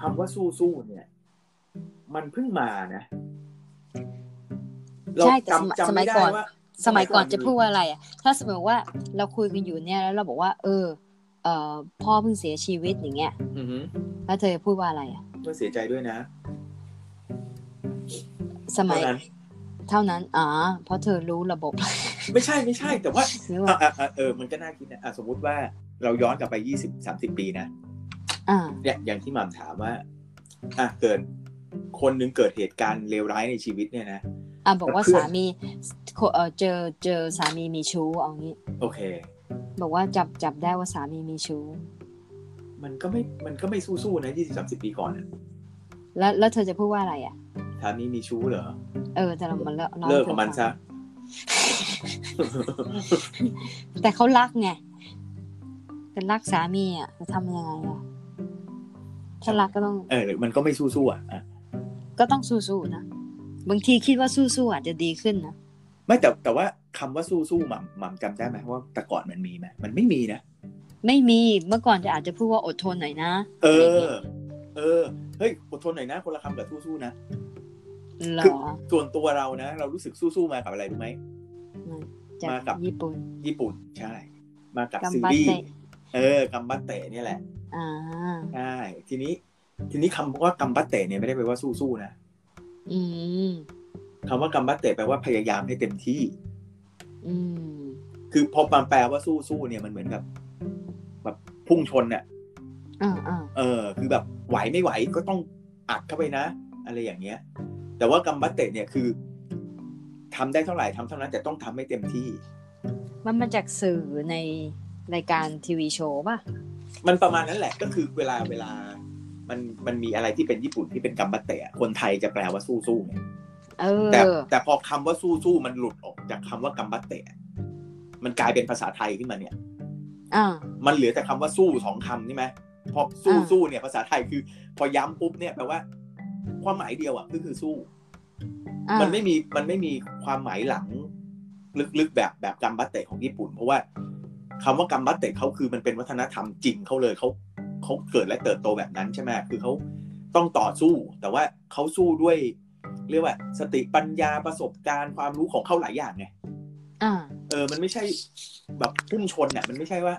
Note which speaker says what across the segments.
Speaker 1: คำว่าสู้สู้ๆเนี่ย มันเพิ่งมานะเรา
Speaker 2: ใช่แต่สมัย
Speaker 1: จำจำ
Speaker 2: สมั
Speaker 1: ไม่
Speaker 2: ย
Speaker 1: ได้
Speaker 2: ก่อน
Speaker 1: ว่า
Speaker 2: สมัยก่อนจะพูดว่าอะไรอ่ะ ถ้าสมมติว่าเราคุยกันอยู่เนี่ยแล้วเราบอกว่า เออ เออพ่อเพิ่งเสียชีวิตอย่างเงี้ย
Speaker 1: อือหือ
Speaker 2: แล้วเธอพูดว่าอะไรอ่ะ
Speaker 1: ก็เสียใจด้วยนะ
Speaker 2: สมัย
Speaker 1: เท่านั้น
Speaker 2: เท่านั้นอ๋อเพราะเธอรู้ระบบ
Speaker 1: ไม่ใช่ไม่ใช่แต่ว่า
Speaker 2: นึก
Speaker 1: อ่ะ
Speaker 2: ว่า
Speaker 1: อ่ะอ่ะเออ มันก็น่าคิดนะอ่ะสมมุติว่าเราย้อนกลับไปยี่สิบสามสิบปีนะ
Speaker 2: อ่า
Speaker 1: เนี่ยอย่างที่หม่ำถามว่า อ่ะ เกิด คนหนึงเกิดเหตุการณ์เลวร้ายในชีวิตเนี่ยนะ
Speaker 2: อ่ะบอกว่า
Speaker 1: เพื่อน
Speaker 2: สามีเออเจอเจอสามีมีชู้เอางี้
Speaker 1: โอเค
Speaker 2: บอกว่าจับจับได้ว่าสามีมีชู้
Speaker 1: มันก็ไม่ มันก็ไม่สู้ๆนะยี่สิบสามสิบปีก่อนอะ
Speaker 2: แล้วแล้วเธอจะพูดว่าอะไรอ่ะ
Speaker 1: ถามนี้มีชู้เหรอ
Speaker 2: เออแต่เรามันเล่า
Speaker 1: เลิกกับ
Speaker 2: ให้เธอ
Speaker 1: มันซะ
Speaker 2: ฟังแต่เขารักไงแต่รักสามีอ่ะจะทำยังไงอ่ะถ้ารักก็ต้อง
Speaker 1: เออหรือมันก็ไม่สู้ๆอ่ะอ่ะ
Speaker 2: ก็ต้องสู้ๆนะ บางทีคิดว่าสู้ๆอาจจะดีขึ้นนะ
Speaker 1: ไม่แต่แต่ว่าคำว่าสู้ๆหม่ำหม่ำจำได้ไหมว่าแต่ก่อนมันมีไหมมันไม่มีนะ
Speaker 2: ไม่มีเมื่อก่อนจะอาจจะพูดว่าอดทนหน่อยนะ
Speaker 1: เออ เออ เฮ้ย อดทนหน่อยนะ คนละคำกับสู้ๆนะ
Speaker 2: เหร
Speaker 1: คือ
Speaker 2: อ
Speaker 1: ส่วนตัวเรานะ เรารู้สึกสู้ๆมากับอะไรรู้ไหม
Speaker 2: จาม
Speaker 1: ากกับ
Speaker 2: ญี่ปุ่น
Speaker 1: ญี่ปุ่นใช่ มากับซี
Speaker 2: กำปั้น
Speaker 1: รีส์
Speaker 2: เตะ
Speaker 1: เออกัมบัตเตะเนี่ยแหละ
Speaker 2: อ่า
Speaker 1: ใช่ทีนี้ ทีนี้คำว่ากัมบัตเตะเนี่ยไม่ได้แปลว่าสู้ๆนะ
Speaker 2: อืม
Speaker 1: คำว่ากัมบัตเตะแปลว่าพยายามให้เต็มที่
Speaker 2: อืม
Speaker 1: คือพอมันแปลว่าสู้ๆเนี่ยมันเหมือนกับแบบพุ่งชนเนี่ย
Speaker 2: อ่าอ่า
Speaker 1: เออ คือแบบไหวไม่ไหวก็ต้องอัดเข้าไปนะ อะไรอย่างเงี้ย แต่ว่ากัมบัตเตะเนี่ยคือทำได้เท่าไหร่ทำเท่านั้นแต่ต้องทำให้เต็มที่
Speaker 2: มันมาจากสื่อในรายการทีวีโชว์ป่ะ
Speaker 1: มันประมาณนั้นแหละก็คือเวลาเวลา มันมันมีอะไรที่เป็นญี่ปุ่นที่เป็นกัมบัตเตะคนไทยจะแปลว่าสู้ๆไง
Speaker 2: เออ
Speaker 1: แต่แต่พอคำว่าสู้สู้มันหลุดออกจากคำว่ากัมบัตเตะ มันกลายเป็นภาษาไทยขึ้นมาเนี่ย
Speaker 2: อ่า
Speaker 1: มันเหลือแต่คำว่าสู้สองคำใช่ไหมพอสู้
Speaker 2: อ่า
Speaker 1: สู้เนี่ยภาษาไทยคือ พอย้ำปุ๊บเนี่ยแปลว่า ความหมายเดียวอ่ะก็คือสู้
Speaker 2: อ่า
Speaker 1: มันไม่มีมันไม่มีความหมายหลัง ลึกๆแบบแบบกัมบัตเตะของญี่ปุ่น เพราะว่าคำว่ากัมบัตเตะเขาคือมันเป็นวัฒนธรรมจริงเขาเลยเขาเขาเกิดและเติบโตแบบนั้นใช่ไหมคือเขาต้องต่อสู้ แต่ว่าเขาสู้ด้วย เรียกว่า สติปัญญาประสบการณ์ความรู้ของเขาหลายอย่างไง
Speaker 2: อ่า
Speaker 1: เออ มันไม่ใช่แบบพุ่งชนเนี่ยมันไม่ใช่ว่า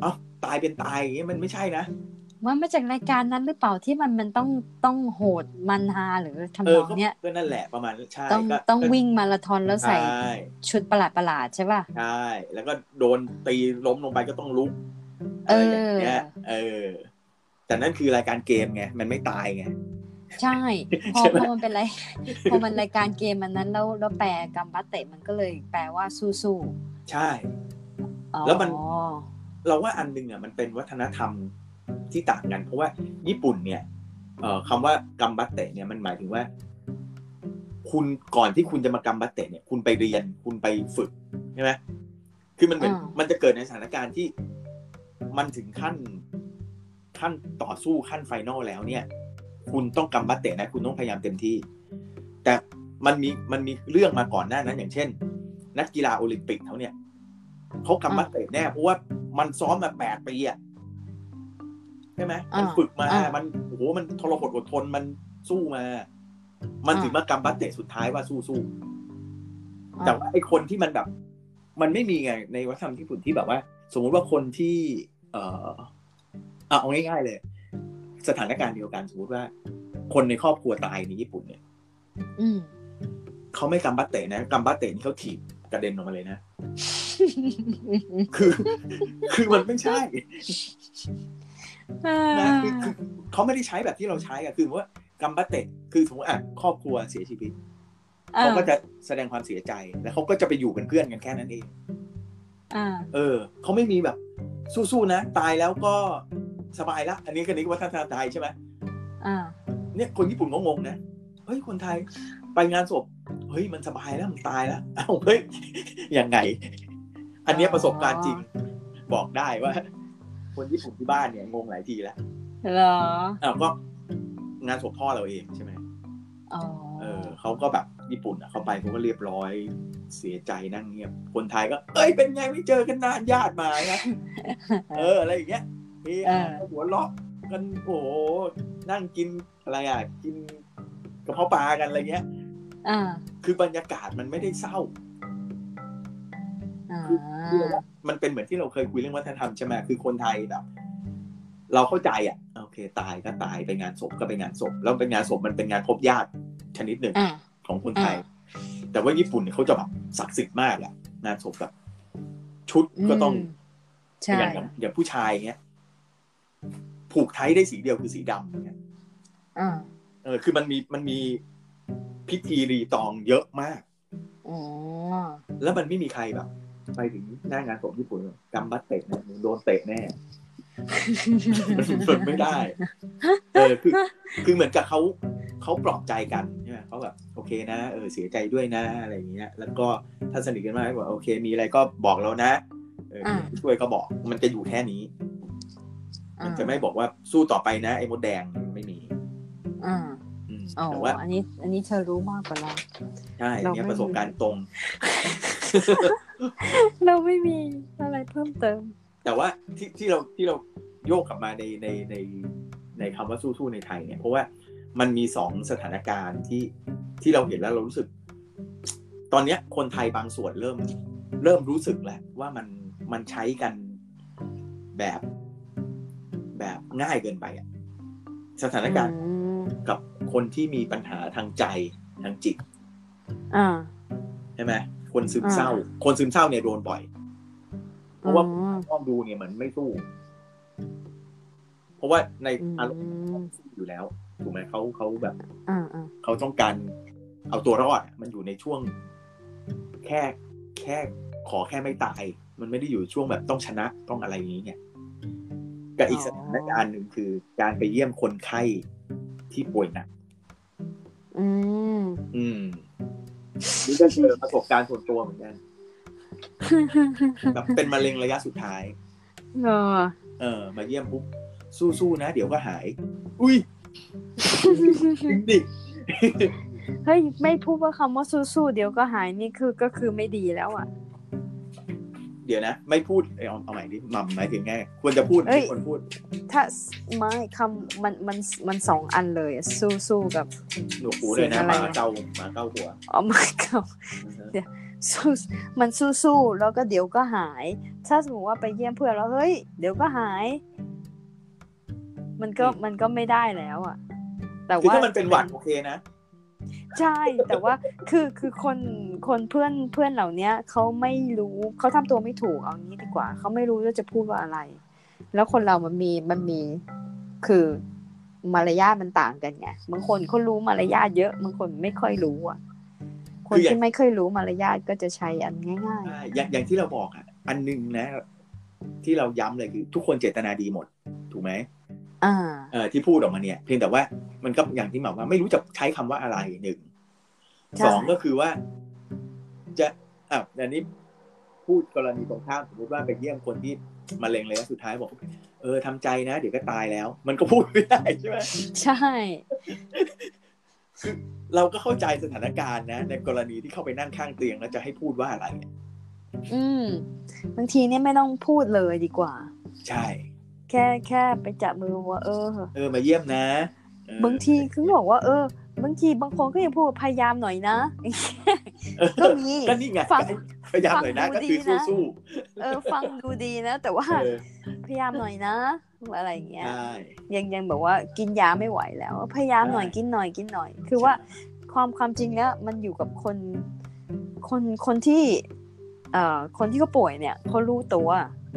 Speaker 1: เอ้าตายเป็นตายอย่างเงี้ยมันไม่ใช่นะ
Speaker 2: มันมาจากรายการนั้นหรือเปล่าที่มันมันต้องต้องโหดมันฮาหรือทำ
Speaker 1: เอน อ
Speaker 2: อง
Speaker 1: ก็
Speaker 2: เนี้ย
Speaker 1: ก็นั่นแหละประมาณใช่
Speaker 2: ต้อง
Speaker 1: ก็
Speaker 2: ต้อง
Speaker 1: ก็
Speaker 2: วิ่งมาราธอนแล้วใส่
Speaker 1: ช่
Speaker 2: ชุดประหลาดประหลาดๆใช่ป่ะ
Speaker 1: ใช่แล้วก็โดนตีล้มลงไปก็ต้องลุก
Speaker 2: เออ
Speaker 1: ไรอย่างเงี้ยเออ แต่นั่นคือรายการเกมไง มันไม่ตายไง
Speaker 2: ใช่ พอ
Speaker 1: ใช่ไหม
Speaker 2: พอมันเป็นไร พอมันรายการเกมมันนั้นแล้วแล้วแปลกัมบัตเตะมันก็เลยแปลว่าสู้
Speaker 1: ใช่
Speaker 2: ๆอ๋อ
Speaker 1: แล้วมัน เราว่าอันหนึงอ่ะมันเป็นวัฒนธรรมที่ต่างกัน เพราะว่าญี่ปุ่นเนี่ย เอ่อคำว่ากัมบัตเตะเนี่ยมันหมายถึงว่า คุณก่อนที่คุณจะมากัมบัตเตะเนี่ย คุณไปเรียนคุณไปฝึกใช่ไหมคือมันเหมือนมันจะเกิดในสถานการณ์ที่มันถึงขั้นขั้นต่อสู้ขั้นไฟนอลแล้วเนี่ย คุณต้องกัมบัตเตะนะ คุณต้องพยายามเต็มที่ แต่มันมีมันมีเรื่องมาก่อนหน้านั้น อย่างเช่น นักกีฬาโอลิมปิกเขาเนี่ยเขากัมบัตเตะแน่เพราะว่ามันซ้อมมาแปดปีอะใช่ไหมมันฝึกมา
Speaker 2: อ่ามั
Speaker 1: มันโอ้โหมันทรหดอดทนมันสู้มา มันถึงมากัมบัตเตะสุดท้ายว่าสู้สู้ๆ แต่ว่าไอคนที่มันแบบ มันไม่มีไงในวัฒนธรรมญี่ปุ่นที่แบบว่า สมมุติว่าคนที่ เออเอาเอาง่ายๆเลย สถานการณ์เดียวกันสมมติว่า คนในครอบครัวตายในญี่ปุ่นเนี่ย
Speaker 2: อืม
Speaker 1: เขาไม่กำบัตเตะนะกำบัตเตะนี่เขาถีบกระเด็นออกมาเลยนะ คือ คือมันไม่ใช่นะคือคือเขาไม่ได้ใช้แบบที่เราใช้อะคือว่ากำบัตเตะคือสมมติอ่ะครอบครัวเสียชีวิต
Speaker 2: อ่
Speaker 1: เขาก็จะแสดงความเสียใจแล้วเขาก็จะไปอยู่เป็นเพื่อนกันแค่นั้นเอง
Speaker 2: อ่า
Speaker 1: เออเขาไม่มีแบบสู้ๆนะ ตายแล้วก็สบายละ อันนี้ก็นึกว่าท่านทางไทยใช่ไหม
Speaker 2: อ่า
Speaker 1: เนี่ยคนญี่ปุ่นก็งงนะเฮ้ยคนไทยไปงานศพเฮ้ยมันสบายแล้วมันตายแล้วเอ้าเฮ้ยยังไง อันเนี้ยประสบการณ์จริง บอกได้ว่า คนญี่ปุ่นที่บ้านเนี่ยงงหลายทีแล้ว
Speaker 2: เหรอ
Speaker 1: อ้าวก็งานศพพ่อเราเองใช่ไหม
Speaker 2: อ๋อ
Speaker 1: เออเขาก็แบบญี่ปุ่นอ่ะเขาไปเขาก็เรียบร้อยเสียใจนั่งเงียบคนไทยก็เอ้ยเป็นไงไม่เจอกันนานญาติมา นะ เอออะไรอย่างเงี้ยเฮ
Speaker 2: เอ
Speaker 1: ฮา
Speaker 2: อ
Speaker 1: หัวเราะกันโอ้โห นั่งกินอะไรอ่ะกินกระเพาะปลากันอะไรเงี้ย
Speaker 2: อ่า
Speaker 1: คือบรรยากาศมันไม่ได้เศร้า
Speaker 2: อ่า
Speaker 1: คือเราว่ามันเป็นเหมือนที่เราเคยคุยเรื่องวัฒนธรรมใช่ไหมคือคนไทยแบบ เราเข้าใจอ่ะโอเค ตายก็ตายไปงานศพก็ไปงานศพ แล้วเป็นงานศพมันเป็นงานพบญาติชนิดหนึ่ง
Speaker 2: อ่า
Speaker 1: ของคนไทย
Speaker 2: อ่า
Speaker 1: แต่ว่าญี่ปุ่นเนี่ยเขาจะแบบศักดิ์สิทธิ์มากอ่ะงานศพแบบ ชุดก็ต้อง
Speaker 2: อืมใช่
Speaker 1: อย่างอย่างอย่างผู้ชายเงี้ยผูกไทยได้สีเดียวคือสีดำเงี้ย
Speaker 2: อ่า
Speaker 1: เออคือมันมีมันมีพิธีรีตองเยอะมาก
Speaker 2: อ๋อ
Speaker 1: แล้วมันไม่มีใครแบบ ไปถึงหน้างานศพญี่ปุ่นแบบกำบัดเตะเนี่ยโดนเตะแน่ มันมันไม่ได้ เออ คือ คือเหมือนกับเขา เขาปลอบใจกันใช่ไหมเขาแบบ โอเคนะ เออ เสียใจด้วยนะ อะไรอย่างเงี้ย แล้วก็ถ้าสนิทกันมากก็บอกโอเค มีอะไรก็บอกแล้วนะ เออมีผู้ช่วยก็บอก มันจะอยู่แค่นี้
Speaker 2: อ่า
Speaker 1: มันจะไม่บอกว่าสู้ต่อไปนะ ไอ้มดแดงไม่มี
Speaker 2: อ่า
Speaker 1: อืม
Speaker 2: อ๋อ
Speaker 1: แต่ว่า
Speaker 2: อันนี้ อันนี้เธอรู้มาก กว่าเรา
Speaker 1: ใช่อันเนี้ย
Speaker 2: เราไม่
Speaker 1: ประสบการณ์ตรง
Speaker 2: เราไม่มีอะไรเพิ่มเติม
Speaker 1: แต่ว่าที่ที่เราที่เราโยกกลับมาในในในในคำว่าสู้ๆในไทยเนี่ยเพราะว่ามันมีสองสถานการณ์ที่ที่เราเห็นแล้วเรารู้สึก ตอนเนี้ยคนไทยบางส่วนเริ่มเริ่มรู้สึกแล้วว่ามันมันใช้กันแบบแบบง่ายเกินไปอะสถานการณ์
Speaker 2: อืม
Speaker 1: กับคนที่มีปัญหาทางใจทางจิต
Speaker 2: อ่า
Speaker 1: ใช่ไหมคนซึมเศร้า คนซึมเศร้าเนี่ยโดนบ่อย เพราะว่า
Speaker 2: อ๋อ
Speaker 1: อ้อมดูเนี่ยเหมือนไม่สู้ เพราะว่าใน
Speaker 2: อืม
Speaker 1: อารมณ์สู้อยู่แล้วถูกไหมเขาเขาแบบ
Speaker 2: อ่าอ่า
Speaker 1: เขาต้องการเอาตัวรอดอะมันอยู่ในช่วง แค่แค่ขอแค่ไม่ตาย มันไม่ได้อยู่ช่วงแบบต้องชนะต้องอะไรอย่างนี้ไงกับอีกสถานการณ์หนึ่งคือ การไปเยี่ยมคนไข้ที่ป่วยหนัก
Speaker 2: อืม
Speaker 1: อืมนี่ก็เจอประสบการณ์ส่วนตัวเหมือนกันแบบเป็นมะเร็งระยะสุดท้าย
Speaker 2: เออ
Speaker 1: เออมาเยี่ยมปุ๊บสู้ๆนะ เดี๋ยวก็หาย อุ้ย จริงดิ
Speaker 2: เฮ้ย ไม่พูดว่าคำว่าสู้ๆเดี๋ยวก็หายนี่คือก็คือไม่ดีแล้วอ่ะ
Speaker 1: เดี๋ยวนะ ไม่พูดเอยเอาเอาใหม่ดิหม่ำหมายถึงไงควรจะพูด
Speaker 2: เอ้
Speaker 1: ไม่
Speaker 2: ย
Speaker 1: ควรพูด
Speaker 2: ถ้าไม่คำมันมันมันสองอันเลยอะสู้ๆกับ
Speaker 1: หนวกหูเลยนะ
Speaker 2: เสีย
Speaker 1: ห
Speaker 2: งอะไร
Speaker 1: มา
Speaker 2: นะ
Speaker 1: เกาหมาเกาหัว
Speaker 2: อ๋อมากับ สู้มันสู้ๆแล้วก็เดี๋ยวก็หาย ถ้าสมมติว่าไปเยี่ยมเพื่อนแล้วเฮ้ย เดี๋ยวก็หาย มันก็มันก็ไม่ได้แล้วอ่ะ แต่
Speaker 1: คือ
Speaker 2: ว่า
Speaker 1: ถ้ามันเป็นหวัดโอเคนะ
Speaker 2: ใช่ แต่ว่าคือคือคนคนเพื่อนเพื่อนเหล่าเนี้ยเขาไม่รู้เขาทำตัวไม่ถูกเอางี้ดีกว่าเขาไม่รู้ว่าจะพูดว่าอะไร แล้วคนเรามันมีมันมีคือมารยาทมันต่างกันไงบางคนเขารู้มารยาทเยอะบางคนไม่ค่อยรู้อ่ะ คนที่ไม่ค่อยรู้มารยาทก็จะใช้อันง่าย ๆ
Speaker 1: อ่าอย่างอย่างที่เราบอกอ่ะ อันหนึงนะ ที่เราย้ำเลยคือ ทุกคนเจตนาดีหมด ถูกไหม
Speaker 2: อ่า
Speaker 1: เออที่พูดออกมาเนี่ย เพียงแต่ว่ามันก็อย่างที่หม่ำว่าไม่รู้จะใช้คำว่าอะไรหนึ่ง
Speaker 2: ใช่
Speaker 1: สองก็คือว่า จะอ่ะอันนี้พูดกรณีตรงข้ามสมมติว่าไปเยี่ยมคนที่มะเร็งระยะสุดท้ายบอก เออทำใจนะ เดี๋ยวก็ตายแล้ว มันก็พูดไม่ได้ใช่ไหม
Speaker 2: ใช่
Speaker 1: เราก็เข้าใจสถานการณ์นะ ในกรณีที่เข้าไปนั่งข้างเตียงแล้วจะให้พูดว่าอะไรเนี่ย
Speaker 2: อืมบางทีเนี่ยไม่ต้องพูดเลยดีกว่า
Speaker 1: ใช่
Speaker 2: แค่แค่ไปจับมือว่า เออ
Speaker 1: เออมาเยี่ยมนะเออบ
Speaker 2: างทีคือบอกว่า เออ บางทีบางคนก็ยังพูดว่าพยายามหน่อยนะ
Speaker 1: เออ
Speaker 2: ก็มี
Speaker 1: ก็นี่ไง
Speaker 2: ฟัง
Speaker 1: พยายามหน่อยนะ
Speaker 2: ฟัง
Speaker 1: ก็
Speaker 2: ดู
Speaker 1: คือ
Speaker 2: ดีนะ
Speaker 1: สู้
Speaker 2: เออ ฟังดูดีนะ แต่ว่า
Speaker 1: ๆเออ
Speaker 2: พยายามหน่อยนะ อะไรอย่างเงี้ย
Speaker 1: ใช่
Speaker 2: ยังยังแบบว่ากินยาไม่ไหวแล้ว พยายามหน่อยกินหน่อยกินหน่อย คือว่า ความความจริงแล้วมันอยู่กับคนคนคนที่เอ่อคนที่เขาป่วยเนี่ยเขารู้ตัว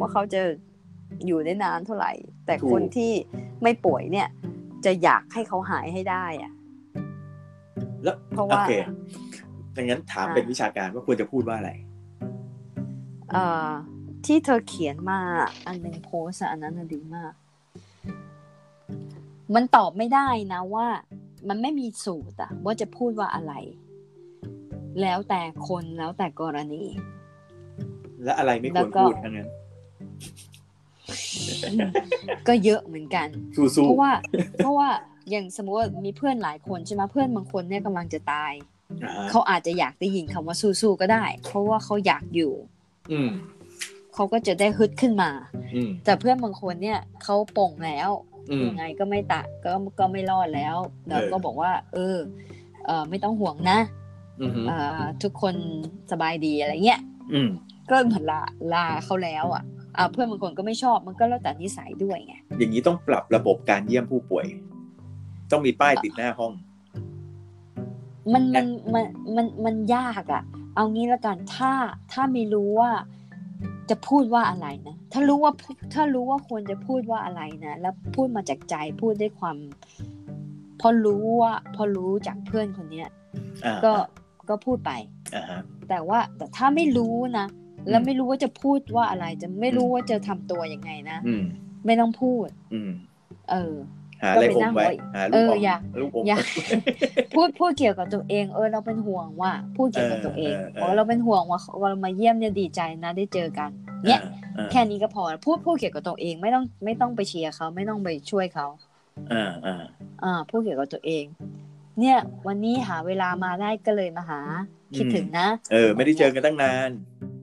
Speaker 2: ว่าเขาจะอยู่ได้นานเท่าไหร่ แต่คนที่ไม่ป่วยเนี่ย จะอยากให้เขาหายให้ได้อะ
Speaker 1: แล้ว
Speaker 2: เพราะ
Speaker 1: โอ
Speaker 2: ว่า
Speaker 1: เคดังนั้นถาม
Speaker 2: อ่า
Speaker 1: เป็นวิชาการว่าควรจะพูดว่าอะไร
Speaker 2: เอ่อที่เธอเขียนมาอันหนึ่งโพสต์อะอันนั้นน่ะดีมาก มันตอบไม่ได้นะว่า มันไม่มีสูตรอะว่าจะพูดว่าอะไร แล้วแต่คนแล้วแต่กรณี
Speaker 1: และอะไรไม่ควรพูดทั้งนั้น
Speaker 2: ก็เยอะเหมือนกัน
Speaker 1: สู้
Speaker 2: เพราะว่า เพราะว่าอย่างสมมติว่ามีเพื่อนหลายคนใช่ไหมเพื่อนบางคนเนี่ยกำลังจะตาย
Speaker 1: ๆอ่าฮะ
Speaker 2: เขาอาจจะอยากได้ยินคำว่าสู้ๆก็ได้ เพราะว่าเขาอยากอยู่
Speaker 1: อืม
Speaker 2: เขาก็จะได้ฮึดขึ้นมา
Speaker 1: อืม
Speaker 2: แต่เพื่อนบางคนเนี่ยเขาป่งแล้ว
Speaker 1: อืม
Speaker 2: ยังไงก็ไม่ตะก็ก็ไม่รอดแล้วเรา
Speaker 1: เออ
Speaker 2: ก็บอกว่า เออเออไม่ต้องห่วงนะ
Speaker 1: อืม
Speaker 2: เอ่อทุกคนสบายดีอะไรเงี้ย
Speaker 1: อืม
Speaker 2: ก็เหมือนลาลาเขาแล้วอ่ะอ่าเพื่อนบางคนก็ไม่ชอบมันก็แล้วแต่นิสัยด้วยไง
Speaker 1: อย่างนี้ต้องปรับระบบการเยี่ยมผู้ป่วย ต้องมีป้ายติดหน้าห้อง
Speaker 2: มันมันมันมันมันยากอ่ะ เอางี้ละกันถ้าถ้าไม่รู้ว่าจะพูดว่าอะไรนะถ้ารู้ว่าถ้ารู้ว่าควรจะพูดว่าอะไรนะแล้วพูดมาจากใจพูดด้วยความ พอรู้ว่าพอรู้จากเพื่อนคนเนี้ย
Speaker 1: อ่า
Speaker 2: ก็ก็พูดไป
Speaker 1: อ่าฮะ
Speaker 2: แต่ว่าแต่ถ้าไม่รู้นะ แล้
Speaker 1: อื
Speaker 2: ว
Speaker 1: ม
Speaker 2: ไม่รู้ว่าจะพูดว่าอะไร จะไม่รู้ว่าจะทำตัวยังไงนะ
Speaker 1: อืม
Speaker 2: ไม่ต้องพูด
Speaker 1: อืม
Speaker 2: เออ
Speaker 1: หาอะไรอมไว้
Speaker 2: ก็เป็นหน้า
Speaker 1: หาลูกอ
Speaker 2: หัวเออ
Speaker 1: ม
Speaker 2: อย่า
Speaker 1: ลูกอม
Speaker 2: อย่า พูดพูดเกี่ยวกับตัวเอง เออ เราเป็นห่วงว่า พูดเกี่ยวกับตัวเอง
Speaker 1: เออเออเออ
Speaker 2: บอกว่าเราเป็นห่วงว่าว่าเรามาเยี่ยมเนี่ยดีใจนะได้เจอกัน เนี่ย
Speaker 1: อ่า
Speaker 2: แค่นี้ก็พอพูดพูดเกี่ยวกับตัวเองไม่ต้องไม่ต้องไปเชียร์เขาไม่ต้องไปช่วยเขา
Speaker 1: อ่าอ่า
Speaker 2: อ่าพูดเกี่ยวกับตัวเอง เนี่ย วันนี้หาเวลามาได้ก็เลยมาหา คิดถึงนะ
Speaker 1: เออ ไม่ได้เจอกันตั้งนาน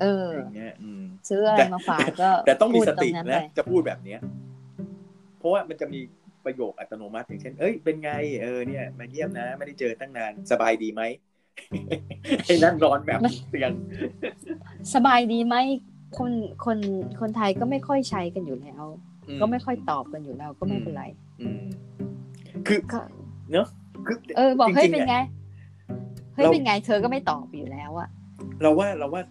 Speaker 2: เออ
Speaker 1: อย่างเงี้ยอืม
Speaker 2: ซื้ออะไรมาฝากก็
Speaker 1: แต่ต้องมีสติ
Speaker 2: พูดรง
Speaker 1: นะ
Speaker 2: ไป
Speaker 1: จะพูดแบบเนี้ยเพราะว่ามันจะมีประโยคอัตโนมัติอย่างเช่น เอ้ยเป็นไงเออเนี่ย มาเยี่ยมนะ ไม่ได้เจอตั้งนานสบายดีไหม ไอ้นั่นร้อนแบบเตียง
Speaker 2: สบายดีไหมคนคนคนไทยก็ไม่ค่อยใช้กันอยู่แล้ว
Speaker 1: อื
Speaker 2: ก็ไม่ค่อยตอบกันอยู่แล้วก็ไม่เป็นไร
Speaker 1: อืมคือ
Speaker 2: ก็
Speaker 1: คือ
Speaker 2: เออ บอกเฮ้ย
Speaker 1: จริ
Speaker 2: เป็น
Speaker 1: งๆ
Speaker 2: ไง
Speaker 1: อะ
Speaker 2: เฮ้ย
Speaker 1: เรา
Speaker 2: เป็นไงเธอก็ไม่ตอบอยู่แล้วอะ
Speaker 1: เราว่าเราว่า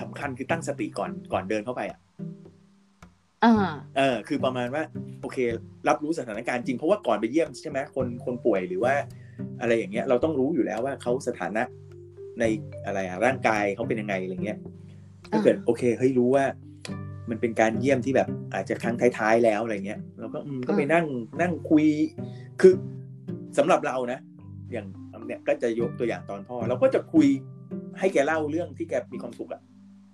Speaker 1: สำคัญคือตั้งสติก่อนก่อนเดินเข้าไปอ่ะ
Speaker 2: อ่า
Speaker 1: เออคือประมาณว่า โอเค รับรู้สถานการณ์จริงเพราะว่าก่อนไปเยี่ยมใช่ไหมคนคนป่วยหรือว่า อะไรอย่างเงี้ย เราต้องรู้อยู่แล้วว่าเขาสถานะในอะไรอะร่างกายเขาเป็นยังไงอะไรเงี้ยถ้าเกิดโอเคเฮ้ยรู้ว่า มันเป็นการเยี่ยมที่แบบอาจจะครั้งท้ายๆแล้วอะไรเงี้ยเราก็อืมก็ไป
Speaker 2: อ่า
Speaker 1: นั่งนั่งคุย คือสำหรับเรานะ อย่างเนี่ยก็จะยกตัวอย่างตอนพ่อ เราก็จะคุยให้แกเล่าเรื่องที่แกมีความสุขอะ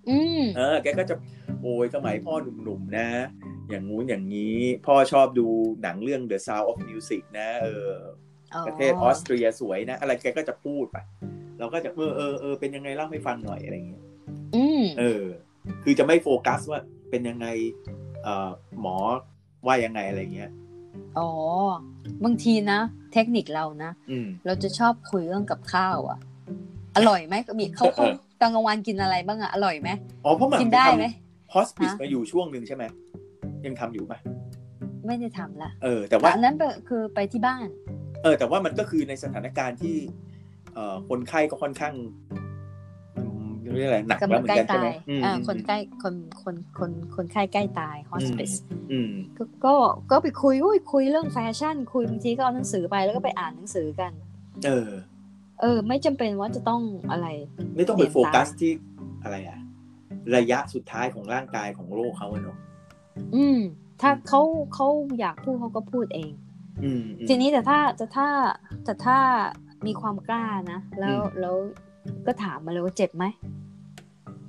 Speaker 2: อืม
Speaker 1: เออแกก็จะโอยสมัยพ่อหนุ่มๆนะ อย่างงู้นอย่างนี้ พ่อชอบดูหนังเรื่อง The Sound of Music นะเออประเทศออสเตรียสวยนะ อะไรแกก็จะพูดไปเราก็จะเออเออเออเป็นยังไงเล่าให้ฟังหน่อยอะไรอย่างเงี้ย
Speaker 2: อืม
Speaker 1: เออ คือจะไม่โฟกัสว่าเป็นยังไงเอ่อหมอว่ายังไงอะไรเงี้ย
Speaker 2: อ๋อบางทีนะ เทคนิคเรานะ
Speaker 1: อืม
Speaker 2: เราจะชอบคุยเรื่องกับข้าวอะอร่อยไหมก็มีเขาเขา
Speaker 1: เออ
Speaker 2: ตอนกลางวันกินอะไรบ้างอะอร่อยไหม
Speaker 1: อ๋อเพราะหมัน
Speaker 2: กินได้ไหม
Speaker 1: ฮอสปิส
Speaker 2: ฮะ
Speaker 1: มาอยู่ช่วงหนึ่งใช่ไหมยังทำอยู่ปะ
Speaker 2: ไม่ได้ทำละ
Speaker 1: เออแต่
Speaker 2: แต่
Speaker 1: ว่า
Speaker 2: อันนั้นเป็นคือไปที่บ้าน
Speaker 1: เออแต่ว่ามันก็คือในสถานการณ์ที่เอ่อคนไข้ก็ค่อนข้างอืมเรียกอะไรหนัก
Speaker 2: กำ
Speaker 1: แล้ว
Speaker 2: ลัง
Speaker 1: เหมือ
Speaker 2: ใกล้
Speaker 1: นกันใช่
Speaker 2: ตา
Speaker 1: ไหม
Speaker 2: ย
Speaker 1: อืม
Speaker 2: อ่า
Speaker 1: อืม
Speaker 2: คนใกล้คนคนคนคนไข้ใกล้ตาย hospice
Speaker 1: อืม
Speaker 2: ก็ก็ก็ไปคุยอุ้ยคุยเรื่องแฟชั่น คุยบางทีก็เอาหนังสือไปแล้วก็ไปอ่านหนังสือกัน
Speaker 1: เออ
Speaker 2: เออ ไม่จำเป็นว่าจะต้องอะไร
Speaker 1: ไม่ต้องไป
Speaker 2: เปลี่ยน
Speaker 1: โฟกัสที่อะไรอะระยะสุดท้ายของร่างกายของโรคเขาอะเนาะ
Speaker 2: อืม ถ้าเขาเขาอยากพูดเขาก็พูดเอง
Speaker 1: อืมอืม
Speaker 2: ทีนี้แต่ถ้าแต่ถ้าแต่ถ้ามีความกล้านะ แล้ว
Speaker 1: อืม
Speaker 2: แล้วก็ถามมาเลยว่าเจ็บไหม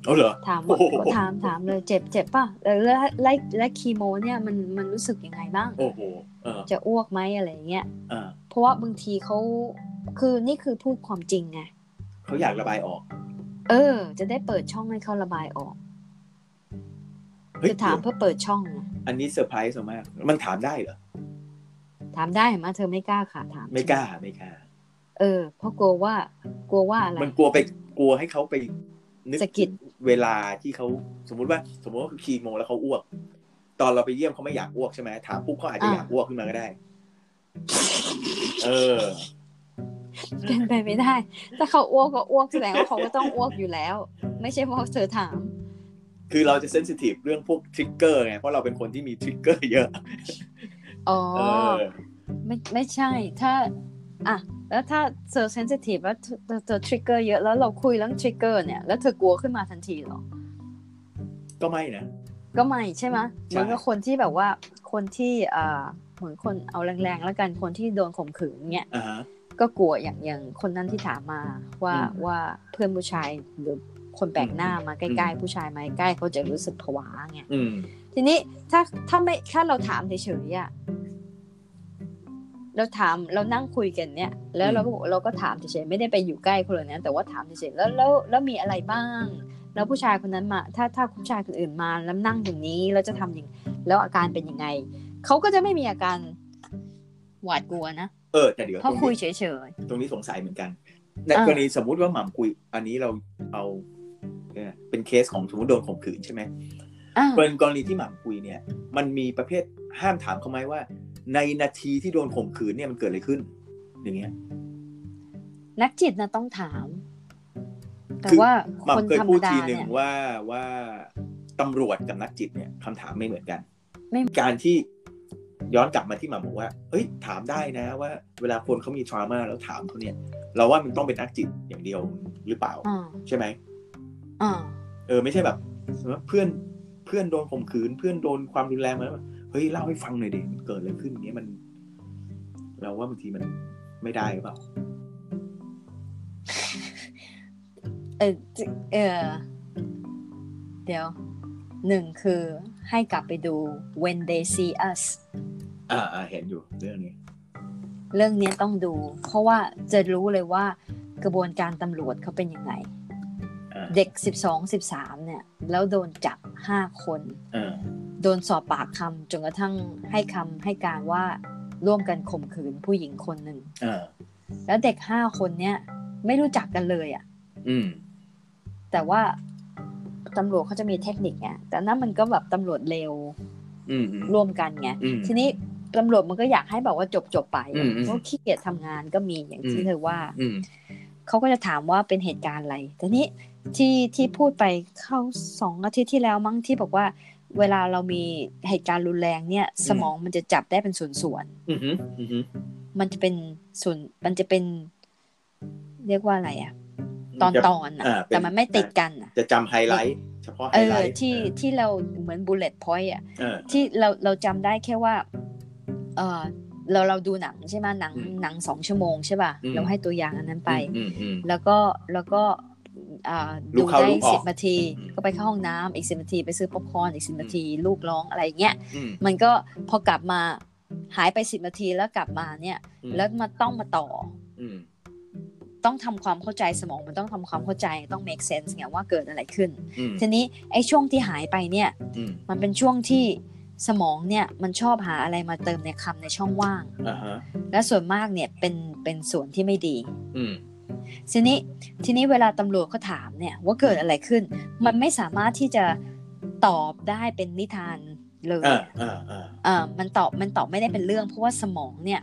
Speaker 1: เอาเหรอ
Speaker 2: ถามว่า
Speaker 1: โอ้โห
Speaker 2: ถามถามเลยเจ็บเจ็บป่ะแล้วแล้วไล่ไล่คีโมเนี่ยมันมันรู้สึกยังไงบ้าง
Speaker 1: โอ้โหเออ
Speaker 2: จะอ้วกไหมอะไรอย่างเงี้ย
Speaker 1: อ่า
Speaker 2: เพราะว่าบางทีเขาคือนี่คือพูดความจริงไง
Speaker 1: เขาอยากระบายออก
Speaker 2: เออ จะได้เปิดช่องให้เขาระบายออก
Speaker 1: เฮ้ย
Speaker 2: จะถาม
Speaker 1: เดี๋ยว
Speaker 2: เพื่อเปิดช่องไง
Speaker 1: อันนี้เซอร์ไพรส์เรามาก มันถามได้เหรอ
Speaker 2: ถามได้เห็นไหมเธอไม่กล้าค่ะถาม
Speaker 1: ไม่กล้าไม่กล้า
Speaker 2: เออ เพราะกลัวว่ากลัวว่าอะไร
Speaker 1: มันกลัวไปกลัวให้เขาไปนึก
Speaker 2: สะกิด
Speaker 1: เวลาที่เขาสมมุติว่า สมมติว่าคีโมแล้วเขาอ้วก ตอนเราไปเยี่ยมเขาไม่อยากอ้วกใช่ไหมถามปุ๊บเขาอาจจะอยากอ้วกขึ้นมาก็ได้ เออ
Speaker 2: เป็นไปไม่ได้ ถ้าเขาอ้วกก็อ้วกแสดงว่าเขาก็ต้องอ้วกอยู่แล้ว ไม่ใช่เพราะเธอถาม
Speaker 1: คือเราจะเซนซิทีฟเรื่องพวกทริกเกอร์ไงเพราะเราเป็นคนที่มีทริกเกอร์เยอะ
Speaker 2: อ๋อ
Speaker 1: เออ
Speaker 2: ไม่ไม่ใช่ ถ้า อ่ะ แล้วถ้าเธอเซนซิทีฟแล้วเธอเธอเธอทริกเกอร์เยอะแล้วเราคุยเรื่องทริกเกอร์เนี่ยแล้วเธอกลัวขึ้นมาทันทีเหรอ
Speaker 1: ก็ไม่นะ
Speaker 2: ก็ไม่ใช่ไหม
Speaker 1: ใช่
Speaker 2: เหมือนกับคนที่แบบว่าคนที่เอ่อเหมือนคนเอาแรงๆแล้วกันคนที่โดนข่มขืนเนี่ย
Speaker 1: อ่าฮะ
Speaker 2: ก็กลัวอย่างอย่างคนนั้นที่ถามมาว่า
Speaker 1: อืม
Speaker 2: ว่าเพื่อนผู้ชายหรือคนแปลกหน้ามาใก
Speaker 1: อื
Speaker 2: ล้
Speaker 1: ม
Speaker 2: ๆผู้ชายมาใกล้เขาจะรู้สึกผวาไง
Speaker 1: อืม
Speaker 2: ทีนี้ถ้าถ้าไม่ถ้าเราถามเฉยๆอะเราถามเรานั่งคุยกันเนี่ย แล้วเราก็บอกเราก็ถามเฉยๆไม่ได้ไปอยู่ใกล้คนเลยนะแต่ว่าถามเฉยๆแล้วแล้วแล้วมีอะไรบ้าง แล้วผู้ชายคนนั้นมา ถ้าถ้าผู้ชายคนอื่นมาแล้วนั่งอย่างนี้แล้วจะทำอย่างแล้วอาการเป็นยังไง เขาก็จะไม่มีอาการหวาดกลัวนะ
Speaker 1: เออแต่เดี๋ยว
Speaker 2: เพราะ
Speaker 1: ตรง
Speaker 2: คุย
Speaker 1: นี้
Speaker 2: เฉย
Speaker 1: ตรงนี้สงสัยเหมือนกัน ใน
Speaker 2: อ่ะ
Speaker 1: กรณีสมมุติว่าหม่ำคุย อันนี้เราเอาเอ่อเป็นเคสของสมมติโดนข่มขืนใช่ไหม
Speaker 2: ๆอ่ะ
Speaker 1: เป็นกรณีที่หม่ำคุยเนี่ย มันมีประเภทห้ามถามเขาไหมว่า ในนาทีที่โดนข่มขืนเนี่ยมันเกิดอะไรขึ้น อย่างเงี้ย
Speaker 2: นักจิตนะต้องถาม แต่
Speaker 1: คือ
Speaker 2: ว่า
Speaker 1: หม่ำ
Speaker 2: คน
Speaker 1: เคย
Speaker 2: ธรร
Speaker 1: พู
Speaker 2: ม
Speaker 1: ด
Speaker 2: ดา
Speaker 1: ทีหนึ่
Speaker 2: เนี่
Speaker 1: ง
Speaker 2: ย
Speaker 1: ว่าว่าตำรวจกับนักจิตเนี่ยคำถามไม่เหมือนกัน
Speaker 2: ไม่
Speaker 1: การที่ย้อนกลับมาที่หม่ำบอกว่าเอ้ยถามได้นะว่า เวลาคนเขามีทรามาแล้วถามเขาเนี่ย เราว่ามันต้องเป็นนักจิตอย่างเดียวหรือเปล่า
Speaker 2: อ่า
Speaker 1: ใช่ไหม
Speaker 2: อ่า
Speaker 1: เออไม่ใช่แบบสมมติว่าเพื่อนเพื่อนโดนข่มขืน เพื่อนโดนความรุนแรงมาแล้วเฮ้ยเล่าให้ฟังหน่อยดิมันเกิดอะไรขึ้นอย่างเงี้ยมัน เราว่าบางทีมันไม่ได้หรือเปล่า
Speaker 2: เออจิเออเดี๋ยวหนึ่งคือให้กลับไปดู when they see us
Speaker 1: อ่าอ่าเห็นอยู่เรื่องนี้
Speaker 2: เรื่องเนี้ยต้องดู เพราะว่าจะรู้เลยว่ากระบวนการตำรวจเขาเป็นยังไง
Speaker 1: อ่า
Speaker 2: เด็ก 12 13 เนี่ย แล้วโดนจับ 5 คน
Speaker 1: อ่า
Speaker 2: โดนสอบปากคำจนกระทั่งให้คำให้การว่าร่วมกันข่มขืนผู้หญิงคนหนึ่ง
Speaker 1: อ่า
Speaker 2: แล้วเด็ก 5 คนเนี่ย ไม่รู้จักกันเลยอะ่ะ
Speaker 1: อืม
Speaker 2: แต่ว่าตำรวจเขาจะมีเทคนิคไงแต่นั่นมันก็แบบตำรวจเร็ว
Speaker 1: อืมอืม
Speaker 2: ร่วมกันไง
Speaker 1: อืม
Speaker 2: ทีนี้ตำรวจมันก็อยากให้แบบว่าจบจบๆไป
Speaker 1: อืมอืม
Speaker 2: เพราะขี้เกียจทำงานก็มีอย่าง
Speaker 1: อื
Speaker 2: ที่
Speaker 1: ม
Speaker 2: เธอว่า
Speaker 1: อืม
Speaker 2: เขาก็จะถามว่าเป็นเหตุการณ์อะไรแต่นี้ที่ที่พูดไปเข้าสองอาทิตย์ที่แล้วมั้งที่บอกว่า เวลาเรามีเหตุการณ์รุนแรงเนี่ย สมองมันจะจับได้เป็นส่วน
Speaker 1: อืมอืมอืม
Speaker 2: ๆ มันจะเป็นส่วน มันจะเป็น เรียกว่าอะไรอะตอน
Speaker 1: จะ
Speaker 2: ตอนอะ
Speaker 1: อ่าเป็น
Speaker 2: แต่มันไม่ติดกันอะ
Speaker 1: จะจำไฮไลท์ เฉพาะไฮ
Speaker 2: เอ
Speaker 1: ไล
Speaker 2: อ
Speaker 1: ท์
Speaker 2: ที่ที่เราเหมือนบุลเลตพอยต์อะ
Speaker 1: เออ
Speaker 2: ที่เราเราจำได้แค่ว่า เออเราเราดูหนังใช่ไหมหนัง
Speaker 1: อืม
Speaker 2: หนังสองชั่วโมงใช่ป่ะ
Speaker 1: อืม
Speaker 2: เราให้ตัวอย่างอันนั้นไป
Speaker 1: อืมอืม
Speaker 2: แล้วก็แล้วก็อ่า
Speaker 1: ลุ
Speaker 2: ดู
Speaker 1: กเข้า
Speaker 2: ได้
Speaker 1: ลุกออก
Speaker 2: สิบนาที
Speaker 1: อืม
Speaker 2: ก็ไปเข้าห้องน้ำอีกสิบนาทีไปซื้อป๊อปคอร์นอีกสิบนาที ลูกร้องอะไรเงี้ย
Speaker 1: อืม
Speaker 2: มันก็พอกลับมาหายไปสิบนาทีแล้วกลับมาเนี่ย
Speaker 1: อืม
Speaker 2: แล้วมาต้องมาต่อ
Speaker 1: อืม
Speaker 2: ต้องทำความเข้าใจสมองมันต้องทำความเข้าใจต้อง make sense ไงว่าเกิดอะไรขึ้น
Speaker 1: อืม
Speaker 2: ทีนี้ไอ้ช่วงที่หายไปเนี่ย
Speaker 1: อืม
Speaker 2: มันเป็นช่วงที่สมองเนี่ยมันชอบหาอะไรมาเติมในคำในช่องว่าง
Speaker 1: อ่าฮะ
Speaker 2: และส่วนมากเนี่ยเป็นเป็นส่วนที่ไม่ดี
Speaker 1: อืม
Speaker 2: ทีนี้ทีนี้เวลาตำรวจเขาถามเนี่ยว่าเกิดอะไรขึ้น มันไม่สามารถที่จะตอบได้เป็นนิทานเลย
Speaker 1: อ่าอ่าอ่า
Speaker 2: เออมันตอบมันตอบไม่ได้เป็นเรื่อง เพราะว่าสมองเนี่ย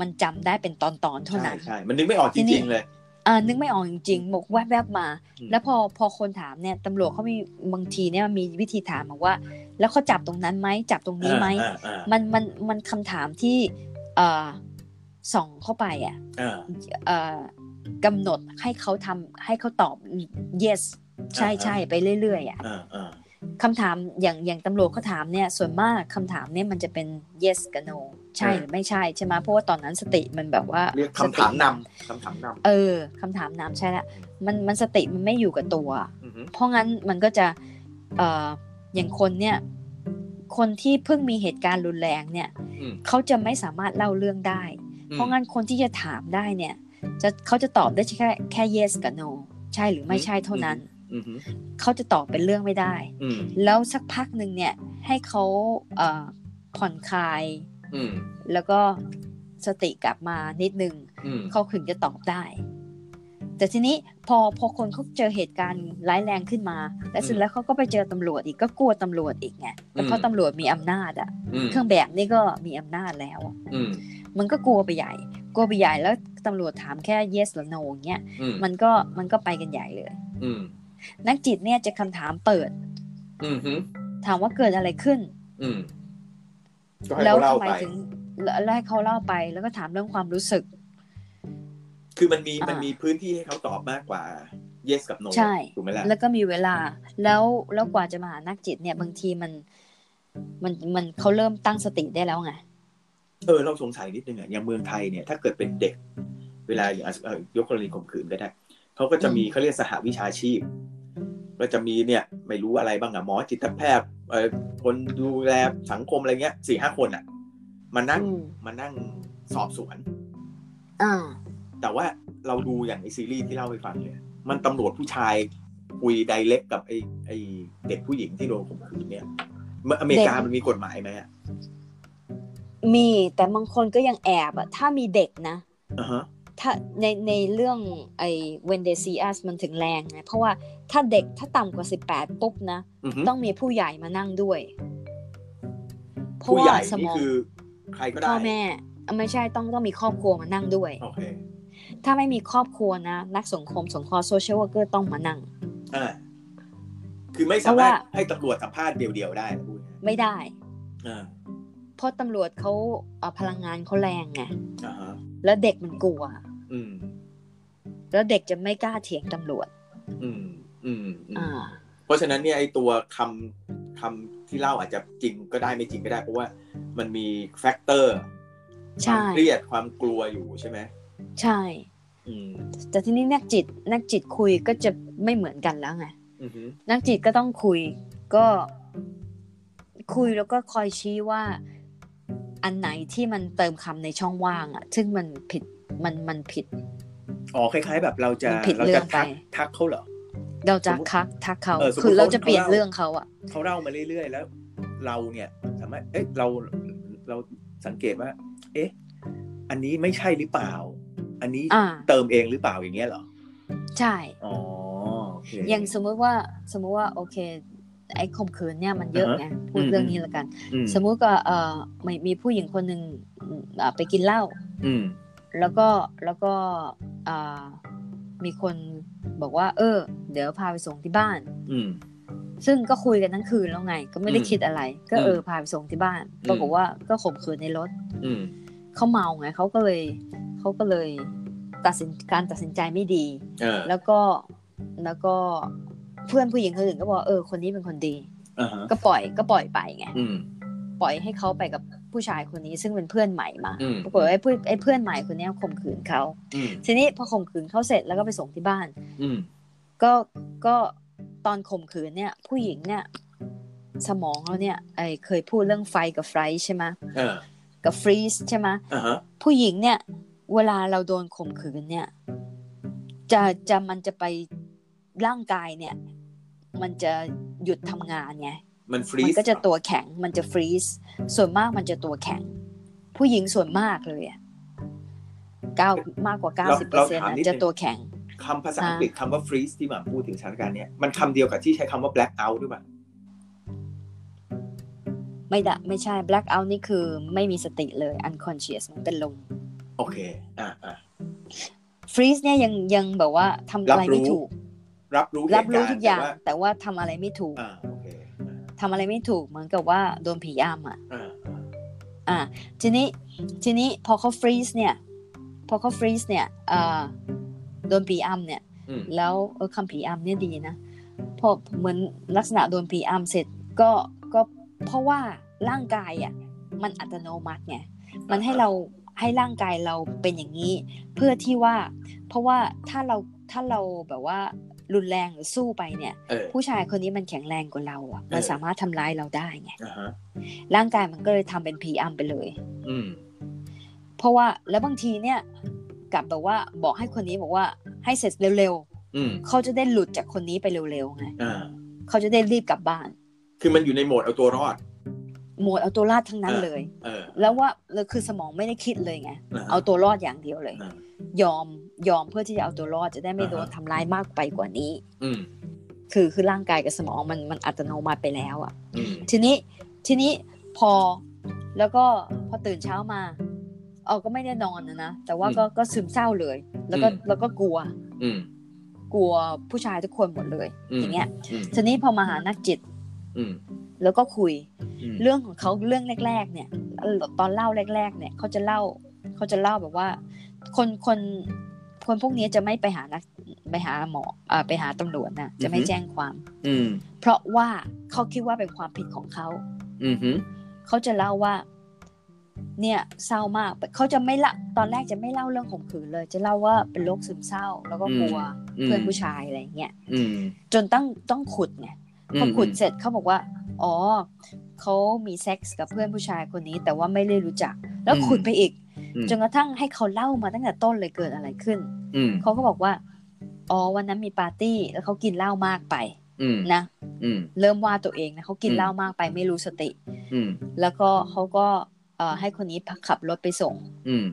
Speaker 2: มันจำได้เป็นตอนตอนๆเท่า
Speaker 1: ใช่
Speaker 2: นั้น
Speaker 1: ใช่มันนึกไม่ออกจริงๆเลย
Speaker 2: เอ่านึกไม่ออกจริงๆบอกแวบๆมา
Speaker 1: อืม
Speaker 2: แล้วพอพอคนถามเนี่ยตำรวจเขามีบางทีเนี่ยมันมีวิธีถามบอกว่า แล้วเขาจับตรงนั้นไหมจับตรงนี้ไหม
Speaker 1: อ่าอ่าอ่า
Speaker 2: มันมันมันคำถามที่เอ่อส่องเข้าไปอ่ะ
Speaker 1: อ่า
Speaker 2: เอ่อกำหนดให้เขาทำให้เขาตอบ yes ใช่
Speaker 1: อ่าฮะ
Speaker 2: ใช่ไปเรื่อยๆอ่ะ
Speaker 1: อ่าอ่า
Speaker 2: คำถามอย่างอย่างตำรวจเขาถามเนี่ยส่วนมากคำถามเนี่ยมันจะเป็น yes กับ no ใช่หรือไม่ใช่ใช่ไหมเพราะว่าตอนนั้นสติมันแบบว่า
Speaker 1: เรียกคำถามนำคำถามนำ
Speaker 2: เออคำถามนำใช่ละมันมันสติมันไม่อยู่กับตัว
Speaker 1: อือฮึ
Speaker 2: เพราะงั้นมันก็จะเอ่ออย่างคนเนี่ยคนที่เพิ่งมีเหตุการณ์รุนแรงเนี่ย
Speaker 1: อืม
Speaker 2: เขาจะไม่สามารถเล่าเรื่องได้
Speaker 1: อืม
Speaker 2: เพราะงั้นคนที่จะถามได้เนี่ยจะเขาจะตอบได้แค่แค่ yes กับ no ใช่หรือไม่ใช่เท่านั้น
Speaker 1: อือฮึ
Speaker 2: เขาจะตอบเป็นเรื่องไม่ได้
Speaker 1: อืม
Speaker 2: แล้วสักพักหนึ่งเนี่ยให้เขาเอ่อผ่อนคลาย
Speaker 1: อืม
Speaker 2: แล้วก็สติกลับมานิดนึง
Speaker 1: อืม
Speaker 2: เขาถึงจะตอบได้ แต่ทีนี้พอพอคนเขาเจอเหตุการณ์ร้ายแรงขึ้นมา แล้วเสร็จแล้วเขาก็ไปเจอตำรวจอีกก็กลัวตำรวจอีกไงแต่เพราะตำรวจมีอำนาจอะ
Speaker 1: อืม
Speaker 2: เครื่องแบบนี่ก็มีอำนาจแล้วอะ
Speaker 1: อืม
Speaker 2: มันก็กลัวไปใหญ่ กลัวไปใหญ่แล้วตำรวจถามแค่ yes หรือ no อย่างเงี้ย
Speaker 1: อืม
Speaker 2: มันก็มันก็ไปกันใหญ่เลย
Speaker 1: อืม
Speaker 2: นักจิตเนี่ยจะคำถามเปิด
Speaker 1: อืมฮึ
Speaker 2: ถามว่าเกิดอะไรขึ้น
Speaker 1: อืมก็ให้
Speaker 2: แล้ว
Speaker 1: เขาเล่า
Speaker 2: ทำไม
Speaker 1: ไป
Speaker 2: ถึงแล้วให้เขาเล่าไป แล้วก็ถามเรื่องความรู้สึก
Speaker 1: คือมันมี
Speaker 2: อ่ามั
Speaker 1: มันมีพื้นที่ให้เขาตอบมากกว่า yes กับ no
Speaker 2: ใช่
Speaker 1: ถูกไหมล่ะ
Speaker 2: แล้วก็มีเวลา แล้วแล้วกว่าจะมาหานักจิตเนี่ยบางทีมันมันมันเขาเริ่มตั้งสติได้แล้วไง
Speaker 1: เออเราสงสัยนิดนึงอ่ะอย่างเมืองไทยเนี่ยถ้าเกิดเป็นเด็ก เวลาอย่างเอ่อยกกรณีข่มขืนก็ได้เขาก็จะมี
Speaker 2: อืม
Speaker 1: เขาเรียกสหวิชาชีพ ก็จะมีเนี่ย ไม่รู้อะไรบ้างอะหมอจิตแพทย์เอ่อคนดูแลสังคมอะไรเงี้ยสี่ห้าคนอ่ะมานั่ง
Speaker 2: อืม
Speaker 1: มานั่งสอบสวน
Speaker 2: อ่า
Speaker 1: แต่ว่าเราดูอย่างไอซีรีส์ที่เล่าให้ฟังเนี่ยมันตำรวจผู้ชายคุยไดเล็กกับไอไอเด็กผู้หญิงที่โดนข่มขืนเนี่ยเมื่ออเมริกามันมีกฎหมายไหมอะ
Speaker 2: มีแต่บางคนก็ยังแอบอะถ้ามีเด็กนะ
Speaker 1: อ่าฮะ
Speaker 2: ถ้าในในเรื่องไอ้ when they see us มันถึงแรงไงเพราะว่าถ้าเด็กถ้าต่ำกว่า 18 ปุ๊บนะ
Speaker 1: อือฮึ
Speaker 2: ต้องมีผู้ใหญ่มานั่งด้วยเพราะ
Speaker 1: ผู้
Speaker 2: ว่า
Speaker 1: ใหญ่
Speaker 2: สม
Speaker 1: นี่
Speaker 2: อง
Speaker 1: คือใครก็ได้
Speaker 2: พ่อแม่เอ่อไม่ใช่ต้องต้องมีครอบครัวมานั่งด้วย
Speaker 1: โอเค
Speaker 2: ถ้าไม่มีครอบครัวนะ นักสังคมสงเคราะห์ social worker ต้องมานั่ง
Speaker 1: อ่าคือไม่สามารถ
Speaker 2: เพราะว่า
Speaker 1: ให้ตำรวจสัมภาษณ์เดียวๆได้นะพูดง่าย
Speaker 2: ไม่ได้
Speaker 1: ๆอ่า
Speaker 2: เพราะตำรวจเขาเอ่อพลังงานเขาแรงไง
Speaker 1: อ่าฮะ
Speaker 2: แล้วเด็กมันกลัว
Speaker 1: อืม
Speaker 2: แล้วเด็กจะไม่กล้าเถียงตำรวจ
Speaker 1: อืมอืมอืม
Speaker 2: อ่า
Speaker 1: เพราะฉะนั้นเนี่ยไอตัวคำคำที่เล่าอาจจะจริงก็ได้ไม่จริงก็ได้ เพราะว่ามันมีแฟกเตอร์ค
Speaker 2: ใช่
Speaker 1: วามเครียดความกลัวอยู่ใช่ไหม
Speaker 2: ใช่
Speaker 1: อืม
Speaker 2: แต่ทีนี้นักจิตนักจิตคุยก็จะไม่เหมือนกันแล้วไง
Speaker 1: อือฮึ
Speaker 2: นักจิตก็ต้องคุยก็ คุยแล้วก็คอยชี้ว่าอันไหนที่มันเติมคำในช่องว่างอะซึ่งมันผิดมันมันผิด
Speaker 1: อ๋อคล้าย ๆ แบบเราจะ
Speaker 2: มันผิด
Speaker 1: เรา
Speaker 2: เรื่
Speaker 1: จะ
Speaker 2: องไป
Speaker 1: ทักทักเขาเหรอ
Speaker 2: เราจะ
Speaker 1: สมมุติ
Speaker 2: คักทักเขา
Speaker 1: เออสมมุติ
Speaker 2: คือเราจะ
Speaker 1: เขา
Speaker 2: เปลี่ยน
Speaker 1: เล่า
Speaker 2: เรื่องเขาอะ
Speaker 1: เขาเล่ามาเรื่อยๆ แล้ว เราเนี่ย สามารถเอ๊ะเราเราสังเกตว่า เอ๊ะ อันนี้ไม่ใช่หรือเปล่า อันนี้
Speaker 2: อ่า
Speaker 1: เติมเองหรือเปล่าอย่างเงี้ยเหรอ
Speaker 2: ใช่
Speaker 1: อ๋อโอเค
Speaker 2: อย่างสมมติว่าสมมติว่าโอเค ไอ้ข่มขืนเนี่ยมันเยอะไงพูด
Speaker 1: อืม
Speaker 2: เรื่องนี้ละกัน
Speaker 1: อืม
Speaker 2: สมมุติก็เอ่อมีมีผู้หญิงคนหนึ่งอืมอ่าไปกินเหล้า
Speaker 1: อืม
Speaker 2: แล้วก็แล้วก็อ่ามีคนบอกว่า เออ เดี๋ยวพาไปส่งที่บ้าน
Speaker 1: อืม
Speaker 2: ซึ่งก็คุยกันทั้งคืนแล้วไง ก็ไม่ได้
Speaker 1: อืม
Speaker 2: คิดอะไร ก็
Speaker 1: อืม
Speaker 2: เออพาไปส่งที่บ้าน
Speaker 1: อืม
Speaker 2: ปรากฏว่าก็ข่มขืนในรถ
Speaker 1: อืม
Speaker 2: เขาเมาไงเขาก็เลยเขาก็เลยตัดสินการตัดสินใจไม่ดี
Speaker 1: เออ
Speaker 2: แล้วก็แล้วก็เพื่อนผู้หญิงคนอื่นก็บอกว่าเออคนนี้เป็นคนดี
Speaker 1: อ่าฮะ
Speaker 2: ก็ปล่อยก็ปล่อยไปไง
Speaker 1: อืม
Speaker 2: ปล่อยให้เขาไปกับผู้ชายคนนี้ซึ่งเป็นเพื่อนใหม่มา
Speaker 1: อืม
Speaker 2: ปรากฏว่าไอ้เพื่อนไอ้เพื่อนใหม่คนเนี้ยข่มขืนเขา
Speaker 1: อืม
Speaker 2: ทีนี้พอข่มขืนเขาเสร็จแล้วก็ไปส่งที่บ้าน
Speaker 1: อืม
Speaker 2: ก็ก็ตอนข่มขืนเนี่ย ผู้หญิงเนี่ย สมองเราเนี่ยไอเคยพูดเรื่องไฟกับไฟใช่ไหมะ
Speaker 1: เออ
Speaker 2: กับฟรีซใช่ไหมะ
Speaker 1: อ่าฮะ
Speaker 2: ผู้หญิงเนี่ย เวลาเราโดนข่มขืนเนี่ย จะจะมันจะไปร่างกายเนี่ย มันจะหยุดทำงานไง
Speaker 1: มันฟรี
Speaker 2: มัน
Speaker 1: ซ
Speaker 2: ก็จะตัวแข็ง มันจะฟรีซส่วนมากมันจะตัวแข็ง ผู้หญิงส่วนมากเลยอะเก้ามากกว่าเก้าสิบเปอร์เซ็นต์จะตัวแข็ง
Speaker 1: คำภาษาอังกฤษคำว่าฟรีซที่หม่ำพูดถึงสถานการณ์เนี้ยมันคำเดียวกับที่ใช้คำว่า black out ด้วยป่ะ
Speaker 2: ไม่ได้ไม่ใช่ black out นี่คือไม่มีสติเลย unconscious มันเป็นลม
Speaker 1: โอเค อ่าอ่า
Speaker 2: freeze เนี่ยยังยังแบบว่าทำอะไร
Speaker 1: รับรู้
Speaker 2: ไม่ถูก
Speaker 1: รับรู้
Speaker 2: รับรู้ทุกอย่าง
Speaker 1: เหตุรณ์
Speaker 2: แต่ว่าทำอะไรไม่ถูก
Speaker 1: แต่ว่าอ่าโอเคอ่า
Speaker 2: ทำอะไรไม่ถูกเหมือนกับว่าโดนผีย่ามอ่ะ
Speaker 1: อ่าอ่า
Speaker 2: อ่ะทีนี้ทีนี้พอเขา freeze เนี่ย พอเขา freeze เนี่ยเอ่อโดนผีอ้ำเนี่ย
Speaker 1: อืม
Speaker 2: แล้วเออคำผีอ้ำเนี่ยดีนะพอเหมือนลักษณะโดนผีอ้ำเสร็จก็ก็เพราะว่าร่างกายอ่ะมันอัตโนมัติไง มันให้เราให้ร่างกายเราเป็นอย่างนี้ เพื่อที่ว่า เพราะว่าถ้าเราถ้าเราแบบว่ารุนแรงหรือสู้ไปเนี่ย
Speaker 1: เออ
Speaker 2: ผู้ชายคนนี้มันแข็งแรงกว่าเราอ่ะมัน
Speaker 1: เออ
Speaker 2: สามารถทำร้ายเราได้ไง
Speaker 1: อ่าฮะ
Speaker 2: ร่างกายมันก็เลยทำเป็นผีอัมไปเลย
Speaker 1: อืม
Speaker 2: เพราะว่าแล้วบางทีเนี่ยกลับแบบว่าบอกให้คนนี้บอกว่าให้เสร็จเร็ว
Speaker 1: อืม
Speaker 2: ๆเขาจะได้หลุดจากคนนี้ไปเร็วๆไง
Speaker 1: อ่า
Speaker 2: เขาจะได้รีบกลับบ้าน
Speaker 1: คือมันอยู่ในโหมดเอาตัวรอด
Speaker 2: หมดเอาตัวรอดทั้งนั้น
Speaker 1: เออ
Speaker 2: เลย
Speaker 1: เออ
Speaker 2: แล้วว่าแล้วคือสมองไม่ได้คิดเลยไง
Speaker 1: อ่า
Speaker 2: เอาตัวรอดอย่างเดียวเลย
Speaker 1: อ่าย
Speaker 2: อมยอมเพื่อที่จะเอาตัวรอดจะได้ไม่โดนทำร้ายมากไปกว่านี้
Speaker 1: อืม
Speaker 2: คือคือร่างกายกับสมองมันมันอัตโนมัติไปแล้วอะ่ะ
Speaker 1: อืม
Speaker 2: ทีนี้ทีนี้พอแล้วก็พอตื่นเช้ามาเอาก็ไม่ได้นอนนะนะแต่ว่าก็ก็ซึมเศร้าเลย แล้วก็แล้วก็กลัว
Speaker 1: อืม
Speaker 2: กลัวผู้ชายทุกคนหมดเลย อย่างเงี้ย
Speaker 1: อืม
Speaker 2: ทีนี้พอมาหานักจิต
Speaker 1: อืม
Speaker 2: แล้วก็คุย
Speaker 1: อืม
Speaker 2: เรื่องของเขาเรื่องแรก ๆ เนี่ยเอ่อตอนเล่าแรก ๆ เนี่ยเขาจะเล่าเขาจะเล่าแบบว่า คนคนคนพวกนี้จะไม่ไปหานักไปหาหมอเอ่อไปหาตำรวจนะจะไม่แจ้งความ
Speaker 1: อืม
Speaker 2: เพราะว่าเขาคิดว่าเป็นความผิดของเขา
Speaker 1: อืมฮึ
Speaker 2: เขาจะเล่าว่า เนี่ยเศร้ามากเขาจะไม่ละตอนแรกจะไม่เล่าเรื่องข่มขืนเลย จะเล่าว่าเป็นโรคซึมเศร้า แล้วก็กลัว
Speaker 1: อืม
Speaker 2: เพื่อนผู้ชายอะไรอย่างเงี้ย
Speaker 1: อืม
Speaker 2: จนต้องต้องขุดไง พอขุดเสร็จเขาบอกว่า อ๋อ เขามีเซ็กส์กับเพื่อนผู้ชายคนนี้ แต่ว่าไม่ได้รู้จัก แล้วขุดไปอีก
Speaker 1: อืม
Speaker 2: จนกระทั่งให้เขาเล่ามาตั้งแต่ต้นเลยเกิดอะไรขึ้น
Speaker 1: อืม
Speaker 2: เขาก็บอกว่า อ๋อ วันนั้นมีปาร์ตี้ แล้วเขากินเหล้ามากไป
Speaker 1: อืม
Speaker 2: นะ
Speaker 1: อืม
Speaker 2: เริ่มว่าตัวเองนะเขากินเหล้ามากไปไม่รู้สติ
Speaker 1: อืม
Speaker 2: แล้วก็เขาก็ เอ่อให้คนนี้ขับรถไปส่ง
Speaker 1: อืม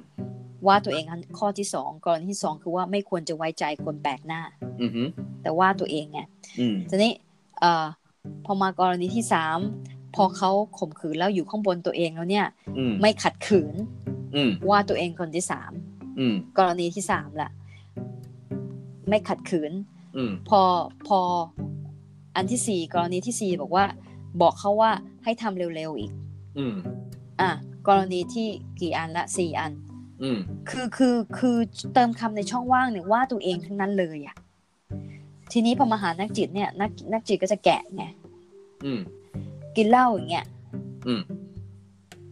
Speaker 2: ว่าตัวเองอันข้อที่สองกรณีที่สองคือว่าไม่ควรจะไว้ใจคนแปลกหน้า
Speaker 1: อืมฮึ
Speaker 2: แต่ว่าตัวเองไง
Speaker 1: อืม
Speaker 2: ทีนี้เอ่อพอมากรณีที่สามพอเขาข่มขืนแล้วอยู่ข้างบนตัวเองแล้วเนี่ย
Speaker 1: อืม
Speaker 2: ไม่ขัดขืน
Speaker 1: อืม
Speaker 2: ว่าตัวเองคนที่สาม
Speaker 1: อืม
Speaker 2: กรณีที่สามล่ะ ไม่ขัดขืน
Speaker 1: อืม
Speaker 2: พอพออันที่สี่กรณีที่สี่บอกว่า บอกเขาว่าให้ทำเร็วๆอีก
Speaker 1: อืม
Speaker 2: อ่ะกรณีที่กี่อันละสี่อัน
Speaker 1: อืม
Speaker 2: คือคือคือเติมคำในช่องว่างเนี่ยว่าตัวเองทั้งนั้นเลยอะทีนี้พอมาหานักจิตเนี่ยนักนักจิตก็จะแกะไง
Speaker 1: อืม
Speaker 2: กินเหล้าอย่างเงี้ย
Speaker 1: อืม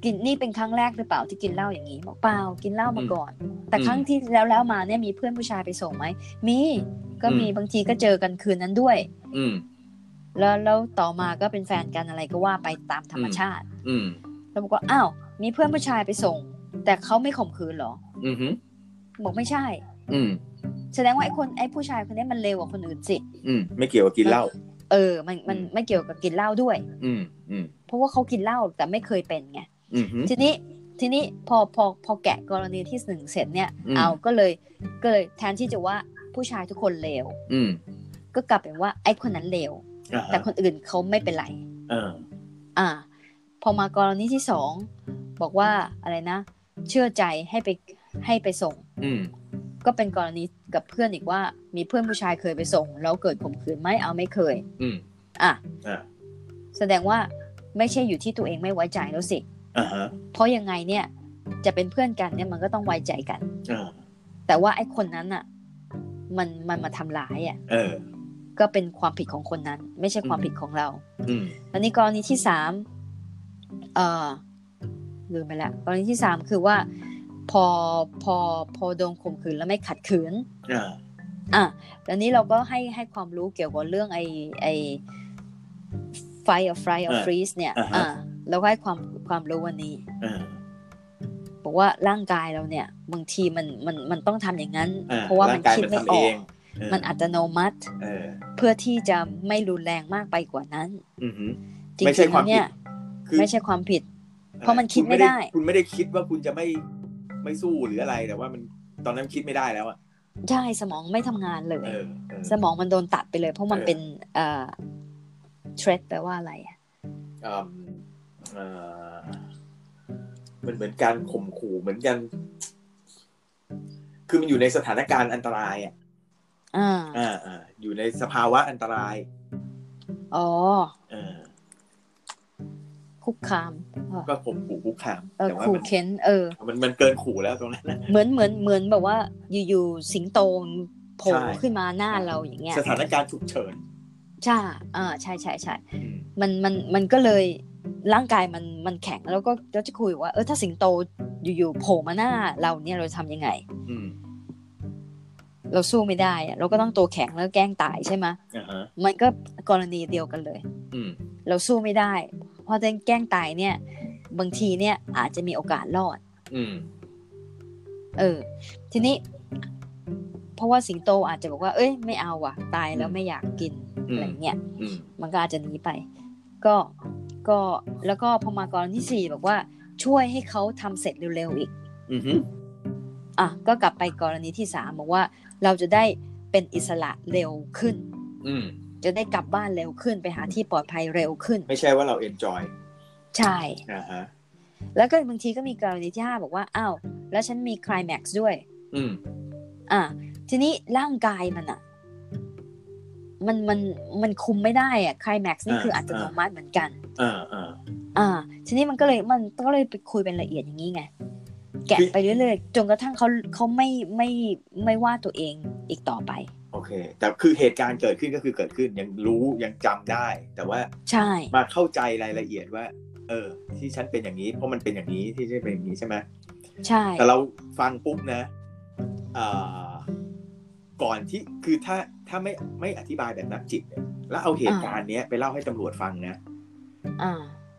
Speaker 2: กินนี่เป็นครั้งแรกหรือเปล่าที่กินเหล้าอย่างนี้บอกเปล่ากินเหล้ามา
Speaker 1: อืม
Speaker 2: ก่อน แต่
Speaker 1: อืม
Speaker 2: ครั้งที่แล้วแล้วมาเนี่ยมีเพื่อนผู้ชายไปส่งไหมมีก็มี
Speaker 1: อืม
Speaker 2: บางทีก็เจอกันคืนนั้นด้วย
Speaker 1: อืม
Speaker 2: แล้วแล้วต่อมาก็เป็นแฟนกันอะไรก็ว่าไปตามธรรมชาติ
Speaker 1: อืม
Speaker 2: แล้วบอกว่าอ้าวมีเพื่อนผู้ชายไปส่ง แต่เขาไม่ข่มขืนเหรอ
Speaker 1: อืมฮึ
Speaker 2: บอกไม่ใช่
Speaker 1: อืม
Speaker 2: แสดงว่าไอ้คนไอ้ผู้ชายคนนี้มันเลวกว่าคนอื่นสิ
Speaker 1: อืม ไม่เกี่ยวกับกินเหล้า
Speaker 2: เออ มันมัน
Speaker 1: อืม
Speaker 2: ไม่เกี่ยวกับกินเหล้าด้วย
Speaker 1: อืม อืม
Speaker 2: เพราะว่าเขากินเหล้าแต่ไม่เคยเป็นไง
Speaker 1: อืมฮึ
Speaker 2: ทีนี้ทีนี้พอพอพอแกะกรณีที่หนึ่งเสร็จเนี่ย
Speaker 1: อืม
Speaker 2: เอาก็เลยก็เลยแทนที่จะว่าผู้ชายทุกคนเลว
Speaker 1: อืม
Speaker 2: ก็กลับเป็นว่าไอ้คนนั้นเลว
Speaker 1: อ่าฮะ
Speaker 2: แต่คนอื่นเขาไม่เป็นไร
Speaker 1: เออ
Speaker 2: อ่า พอมากรณีที่สองบอกว่าอะไรนะ เชื่อใจให้ไปให้ไปส่ง
Speaker 1: อืม
Speaker 2: ก็เป็นกรณีกับเพื่อนอีกว่า มีเพื่อนผู้ชายเคยไปส่ง แล้วเกิดข่มขืนไหมเอาไม่เคย
Speaker 1: อืม
Speaker 2: อ่ะ
Speaker 1: อ่า
Speaker 2: แสดงว่าไม่ใช่อยู่ที่ตัวเองไม่ไว้ใจแล้วสิ
Speaker 1: อ่าฮะ
Speaker 2: เพราะยังไงเนี่ยจะเป็นเพื่อนกันเนี่ยมันก็ต้องไว้ใจกัน
Speaker 1: อ่า
Speaker 2: แต่ว่าไอ้คนนั้นอ่ะมันมันมาทำร้ายอ่ะ
Speaker 1: เออ
Speaker 2: ก็เป็นความผิดของคนนั้น ไม่ใช่ความ
Speaker 1: อืม
Speaker 2: ผิดของเรา
Speaker 1: อืม
Speaker 2: อันนี้กรณีที่สามเอ่อลืมไปละกรณีที่สามคือว่าพอพอพอโดนข่มขืนแล้วไม่ขัดขืน
Speaker 1: อ่า
Speaker 2: อ่ะแล้วนี้เราก็ให้ให้ความรู้เกี่ยวกับเรื่องไอไอไฟกับไฟกับ
Speaker 1: อ่า
Speaker 2: ฟรีซเนี่ย
Speaker 1: อ่าฮะ
Speaker 2: อ่าเราก็ให้ความความรู้วันนี้
Speaker 1: อ่า
Speaker 2: บอกว่าร่างกายเราเนี่ย บางทีมันมันมันต้องทำอย่างนั้น
Speaker 1: อ่า
Speaker 2: เพราะว่ามันคิดไม่ออก
Speaker 1: เออ
Speaker 2: มันอัตโนมัติ
Speaker 1: เออ
Speaker 2: เพื่อที่จะไม่รุนแรงมากไปกว่านั้น
Speaker 1: อือฮึ
Speaker 2: จริง
Speaker 1: ไม่ใช่
Speaker 2: ๆ
Speaker 1: ความ
Speaker 2: แล้วเนี่ย
Speaker 1: ผิดคือ
Speaker 2: ไม่ใช่ความผิด เพราะมันคิด
Speaker 1: ณ
Speaker 2: ไม่ได้
Speaker 1: คุณไม่ได้คิดว่าคุณจะไม่ไม่สู้หรืออะไรแต่ว่ามันตอนนั้นคิดไม่ได้แล้วอ่ะ
Speaker 2: ใช่สมองไม่ทำงานเลย
Speaker 1: เออเออ
Speaker 2: สมองมันโดนตัดไปเลย เพราะมัน
Speaker 1: เออ
Speaker 2: เป็นเอ่อเทรดแปลว่าอะไรอะ
Speaker 1: อืมเอ่อมันเหมือนการข่มขู่เหมือนกัน คือมันอยู่ในสถานการณ์อันตรายอ่ะ
Speaker 2: อ่า
Speaker 1: อ่าอ่าอยู่ในสภาวะอันตราย
Speaker 2: อ๋อ
Speaker 1: เออ
Speaker 2: คุกคามเออ
Speaker 1: ก็ข่มขู่คุกคาม
Speaker 2: เออ
Speaker 1: แต่ว่า
Speaker 2: ขู่
Speaker 1: มัน
Speaker 2: เข็นเออ
Speaker 1: มันมันเกินขู่แล้วตรงนั้นนะ
Speaker 2: เหมือนเหมือนเหมือนแบบว่า อยู่ๆสิงโตมันโผล่
Speaker 1: ใช่
Speaker 2: ขึ้นมาหน้าเราอย่างเงี้ย
Speaker 1: สถานการณ์ฉุกเฉิน
Speaker 2: ใช่อ่าใช่ใช่ใช่
Speaker 1: อืม
Speaker 2: มันมันมันก็เลยร่างกายมันมันแข็งแล้วก็แล้วจะคุยว่าเออถ้าสิงโตอยู่ๆโผล่มาหน้าเราเนี่ยเราจะทำยังไง
Speaker 1: อืม
Speaker 2: เราสู้ไม่ได้อะเราก็ต้องตัวแข็งแล้วแกล้งตายใช่ไหม
Speaker 1: อ่าฮะ
Speaker 2: มันก็กรณีเดียวกันเลย
Speaker 1: อืม
Speaker 2: เราสู้ไม่ได้เพราะจะแกล้งตายเนี่ย บางทีเนี่ยอาจจะมีโอกาสรอด
Speaker 1: อืม
Speaker 2: เออ ทีนี้ เพราะว่าสิงโตอาจจะบอกว่า เอ้ยไม่เอาว่ะ ตายแล้วไม่อยากกิน
Speaker 1: อืม
Speaker 2: อะไรเงี้ย
Speaker 1: อืม
Speaker 2: มันก็อาจจะหนีไป ก็ก็แล้วก็พอมากรณีที่สี่บอกว่า ช่วยให้เขาทำเสร็จเร็วๆอีก
Speaker 1: อืมฮึ
Speaker 2: อ่ะก็กลับไปกรณีที่สามบอกว่า เราจะได้เป็นอิสระเร็วขึ้น
Speaker 1: อืม
Speaker 2: จะได้กลับบ้านเร็วขึ้น ไปหาที่ปลอดภัยเร็วขึ้น
Speaker 1: ไม่ใช่ว่าเราเอนจอย
Speaker 2: ใช่
Speaker 1: อ่าฮะ
Speaker 2: แล้วก็บางทีก็มีกรณีที่ห้าบอกว่าอ้าวแล้วฉันมีไคลแม็กซ์ด้วย
Speaker 1: อืม
Speaker 2: อ่ะทีนี้ร่างกายมันอ่ะ มันมันมันคุมไม่ได้อ่ะไคลแม็กซ์นี่
Speaker 1: อ่า
Speaker 2: คืออัตโนมัติเหมือนกัน
Speaker 1: อ่าอ่า
Speaker 2: อ่า ทีนี้มันก็เลยมันก็เลยไปคุยเป็นละเอียดอย่างนี้ไงแกะ
Speaker 1: คือ
Speaker 2: ไปเรื่อยๆจนกระทั่งเขาเขาไม่ไม่ไม่ว่าตัวเองอีกต่อไป
Speaker 1: โอเค แต่คือเหตุการณ์เกิดขึ้นก็คือเกิดขึ้น ยังรู้ยังจำได้ แต่ว่า
Speaker 2: ใช่
Speaker 1: มาเข้าใจรายละเอียดว่า เออ ที่ฉันเป็นอย่างนี้ เพราะมันเป็นอย่างนี้ที่ฉันเป็นอย่างนี้ใช่ไหม
Speaker 2: ใช่
Speaker 1: แต่เราฟังปุ๊บนะเอ่อก่อนที่คือถ้าถ้าไม่ไม่อธิบายแบบนักจิตเนี่ยแล้วเอาเหตุการณ์เนี้ยไปเล่าให้ตำรวจฟังนะ
Speaker 2: อ่า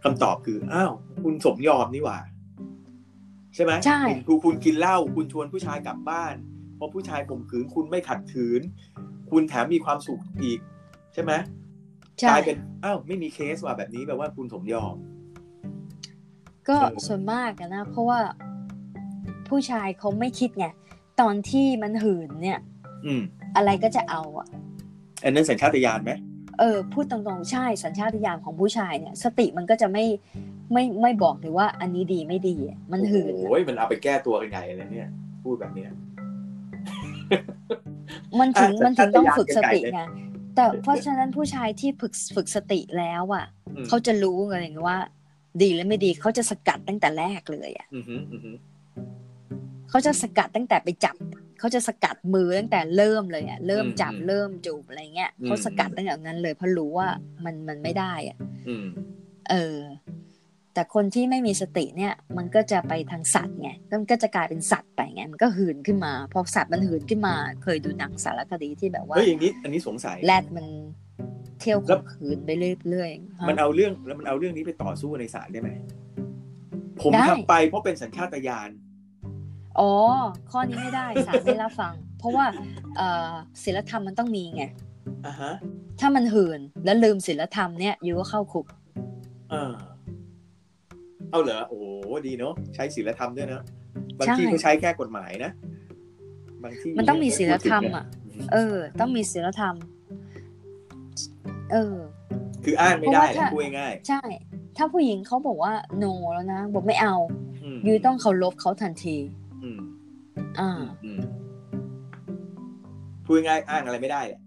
Speaker 1: คำตอบคืออ้าวคุณสมยอมนี่หว่า ใช่ไหม
Speaker 2: ใช่
Speaker 1: คุณคุณคุณกินเหล้าคุณชวนผู้ชายกลับบ้านพอผู้ชายข่มขืน คุณไม่ขัดขืน คุณแถมมีความสุขอีก ใช่ไหม
Speaker 2: ใช่
Speaker 1: กลายเป็นอ้าวไม่มีเคสว่าแบบนี้แปลว่าคุณสมยอม
Speaker 2: ก็
Speaker 1: เออ
Speaker 2: ส่วนมากอะนะ เพราะว่าผู้ชายเขาไม่คิดไงตอนที่มันหืนเนี่ย
Speaker 1: อืม
Speaker 2: อะไรก็จะเอาอะ
Speaker 1: อันนั้นสัญชาตญาณไหม
Speaker 2: เออพูดตรงๆใช่สัญชาตญาณของผู้ชายเนี่ย สติมันก็จะไม่ไม่ไม่บอกเลยว่าอันนี้ดีไม่ดีอะมันหืน
Speaker 1: โอ้ยมันเอาไปแก้ตัวกันใหญ่เลยเนี่ย พูดแบบเนี้ย
Speaker 2: มันถึง
Speaker 1: อ่ะ
Speaker 2: มันถึงต้องฝึกส
Speaker 1: สัญชาต
Speaker 2: ติ
Speaker 1: ญาณ
Speaker 2: ไงแต่เพราะฉะนั้นผู้ชายที่ฝึกฝึกสติแล้วอ่ะ
Speaker 1: อืม
Speaker 2: เขาจะรู้ไงว่า ดีและไม่ดีเขาจะสกัดตั้งแต่แรกเลยอะ
Speaker 1: อือหืออือหือ
Speaker 2: เขาจะสกัดตั้งแต่ไปจับ เขาจะสกัดมือตั้งแต่เริ่มเลยอะเริ่มจับเริ่มจูบอะไรเงี้ยเขาสกัดตั้งแต่นั้นเลยเพราะรู้ว่ามันมันไม่ได้อะ
Speaker 1: อืม
Speaker 2: เออ แต่คนที่ไม่มีสติเนี่ย มันก็จะไปทางสัตว์ไงมันก็จะกลายเป็นสัตว์ไปไงมันก็หืนขึ้นมา พอสัตว์มันหืนขึ้นมา เคยดูหนังสารคดีที่แบบว่า
Speaker 1: เฮ้ยอย่างนี้อันนี้สงสัย
Speaker 2: แรดมันเที่ยวข่มขืนไปเรื่อยๆฮะ
Speaker 1: มันเอาเรื่องแล้วมันเอาเรื่องนี้ไปต่อสู้ในศาลได้ไหม ผม
Speaker 2: ได้
Speaker 1: ทำไปเพราะเป็นสัญชาตญาณ
Speaker 2: อ๋อ ข้อนี้ไม่ได้สารไม่รับฟัง เพราะว่าเอ่อศีลธรรมมันต้องมีไง
Speaker 1: อ่ะฮะ
Speaker 2: ถ้ามันหื่นแล้วลืมศีลธรรมเนี่ยยูก็เข้าคุก
Speaker 1: เออ เอาเหรอ โอ้โหดีเนาะ ใช้ศีลธรรมด้วยเนาะ บาง
Speaker 2: ใช่
Speaker 1: ที่ก็ใช้แค่กฎหมายนะ บางที่
Speaker 2: มันต้องมีศีลธรรมอ่ะ
Speaker 1: เอ
Speaker 2: เอ
Speaker 1: อ
Speaker 2: อ ต้องมีศีลธรรม เออ
Speaker 1: คืออ้างไม่ได้
Speaker 2: เพราะว่าถ้า
Speaker 1: พูดง่าย
Speaker 2: ใช่ ถ้าผู้หญิงเขาบอกว่า no แล้วนะบอกไม่เอา
Speaker 1: ๆอืม
Speaker 2: ยูต้องเคารพเขาทันที
Speaker 1: อืม
Speaker 2: อ่า
Speaker 1: อืมพูดง่ายๆอ้างอะไรไม่ได้แหละ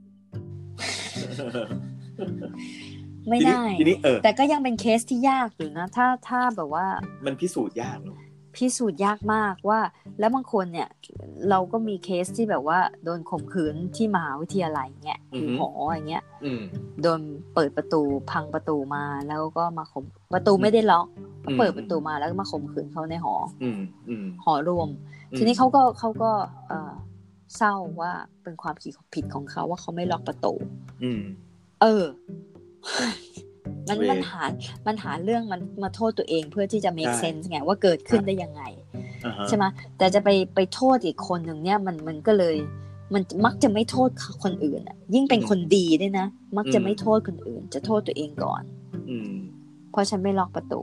Speaker 2: ไม่ได้
Speaker 1: ทีนี้ทีนี้เออ
Speaker 2: แต่ก็ยังเป็นเคสที่ยากอยู่นะ ถ้าถ้าแบบว่า
Speaker 1: มันพิสูจน์ยากเนาะ
Speaker 2: พิสูจน์ยากมากว่า แล้วบางคนเนี่ย เราก็มีเคสที่แบบว่า โดนข่มขืนที่มหาวิทยาลัยเงี้ยหรือ
Speaker 1: อฮึ
Speaker 2: หออย่างเงี้ย
Speaker 1: อืม
Speaker 2: โดนเปิดประตูพังประตูมาแล้วก็มาข่มประตูไม่ได้ล็อก
Speaker 1: อืม
Speaker 2: เปิดประตูมาแล้วก็มาข่มขืนเขาในหอ
Speaker 1: อืม อืม
Speaker 2: หอรวม
Speaker 1: อืม
Speaker 2: ทีนี้เขาก็เขาก็เอ่อเศร้าว่าเป็นความผิดผิดของเขาว่าเขาไม่ล็อกประตู
Speaker 1: อืม
Speaker 2: เออ มัน
Speaker 1: เว้ย
Speaker 2: มันหามันหาเรื่องมันมาโทษตัวเองเพื่อที่จะ make
Speaker 1: ใช่
Speaker 2: sense ไงว่าเกิดขึ้นได้ยังไง
Speaker 1: อ่าฮะ
Speaker 2: ใช่ไหมแต่จะไปไปโทษอีกคนหนึ่งเนี่ยมันมันก็เลย มันมักจะไม่โทษคนอื่นอะยิ่งเป็นคนดีด้วยนะ มักจะไม่โทษคนอื่น จะโทษตัวเองก่อน
Speaker 1: อืม
Speaker 2: เพราะฉันไม่ล็อกประตู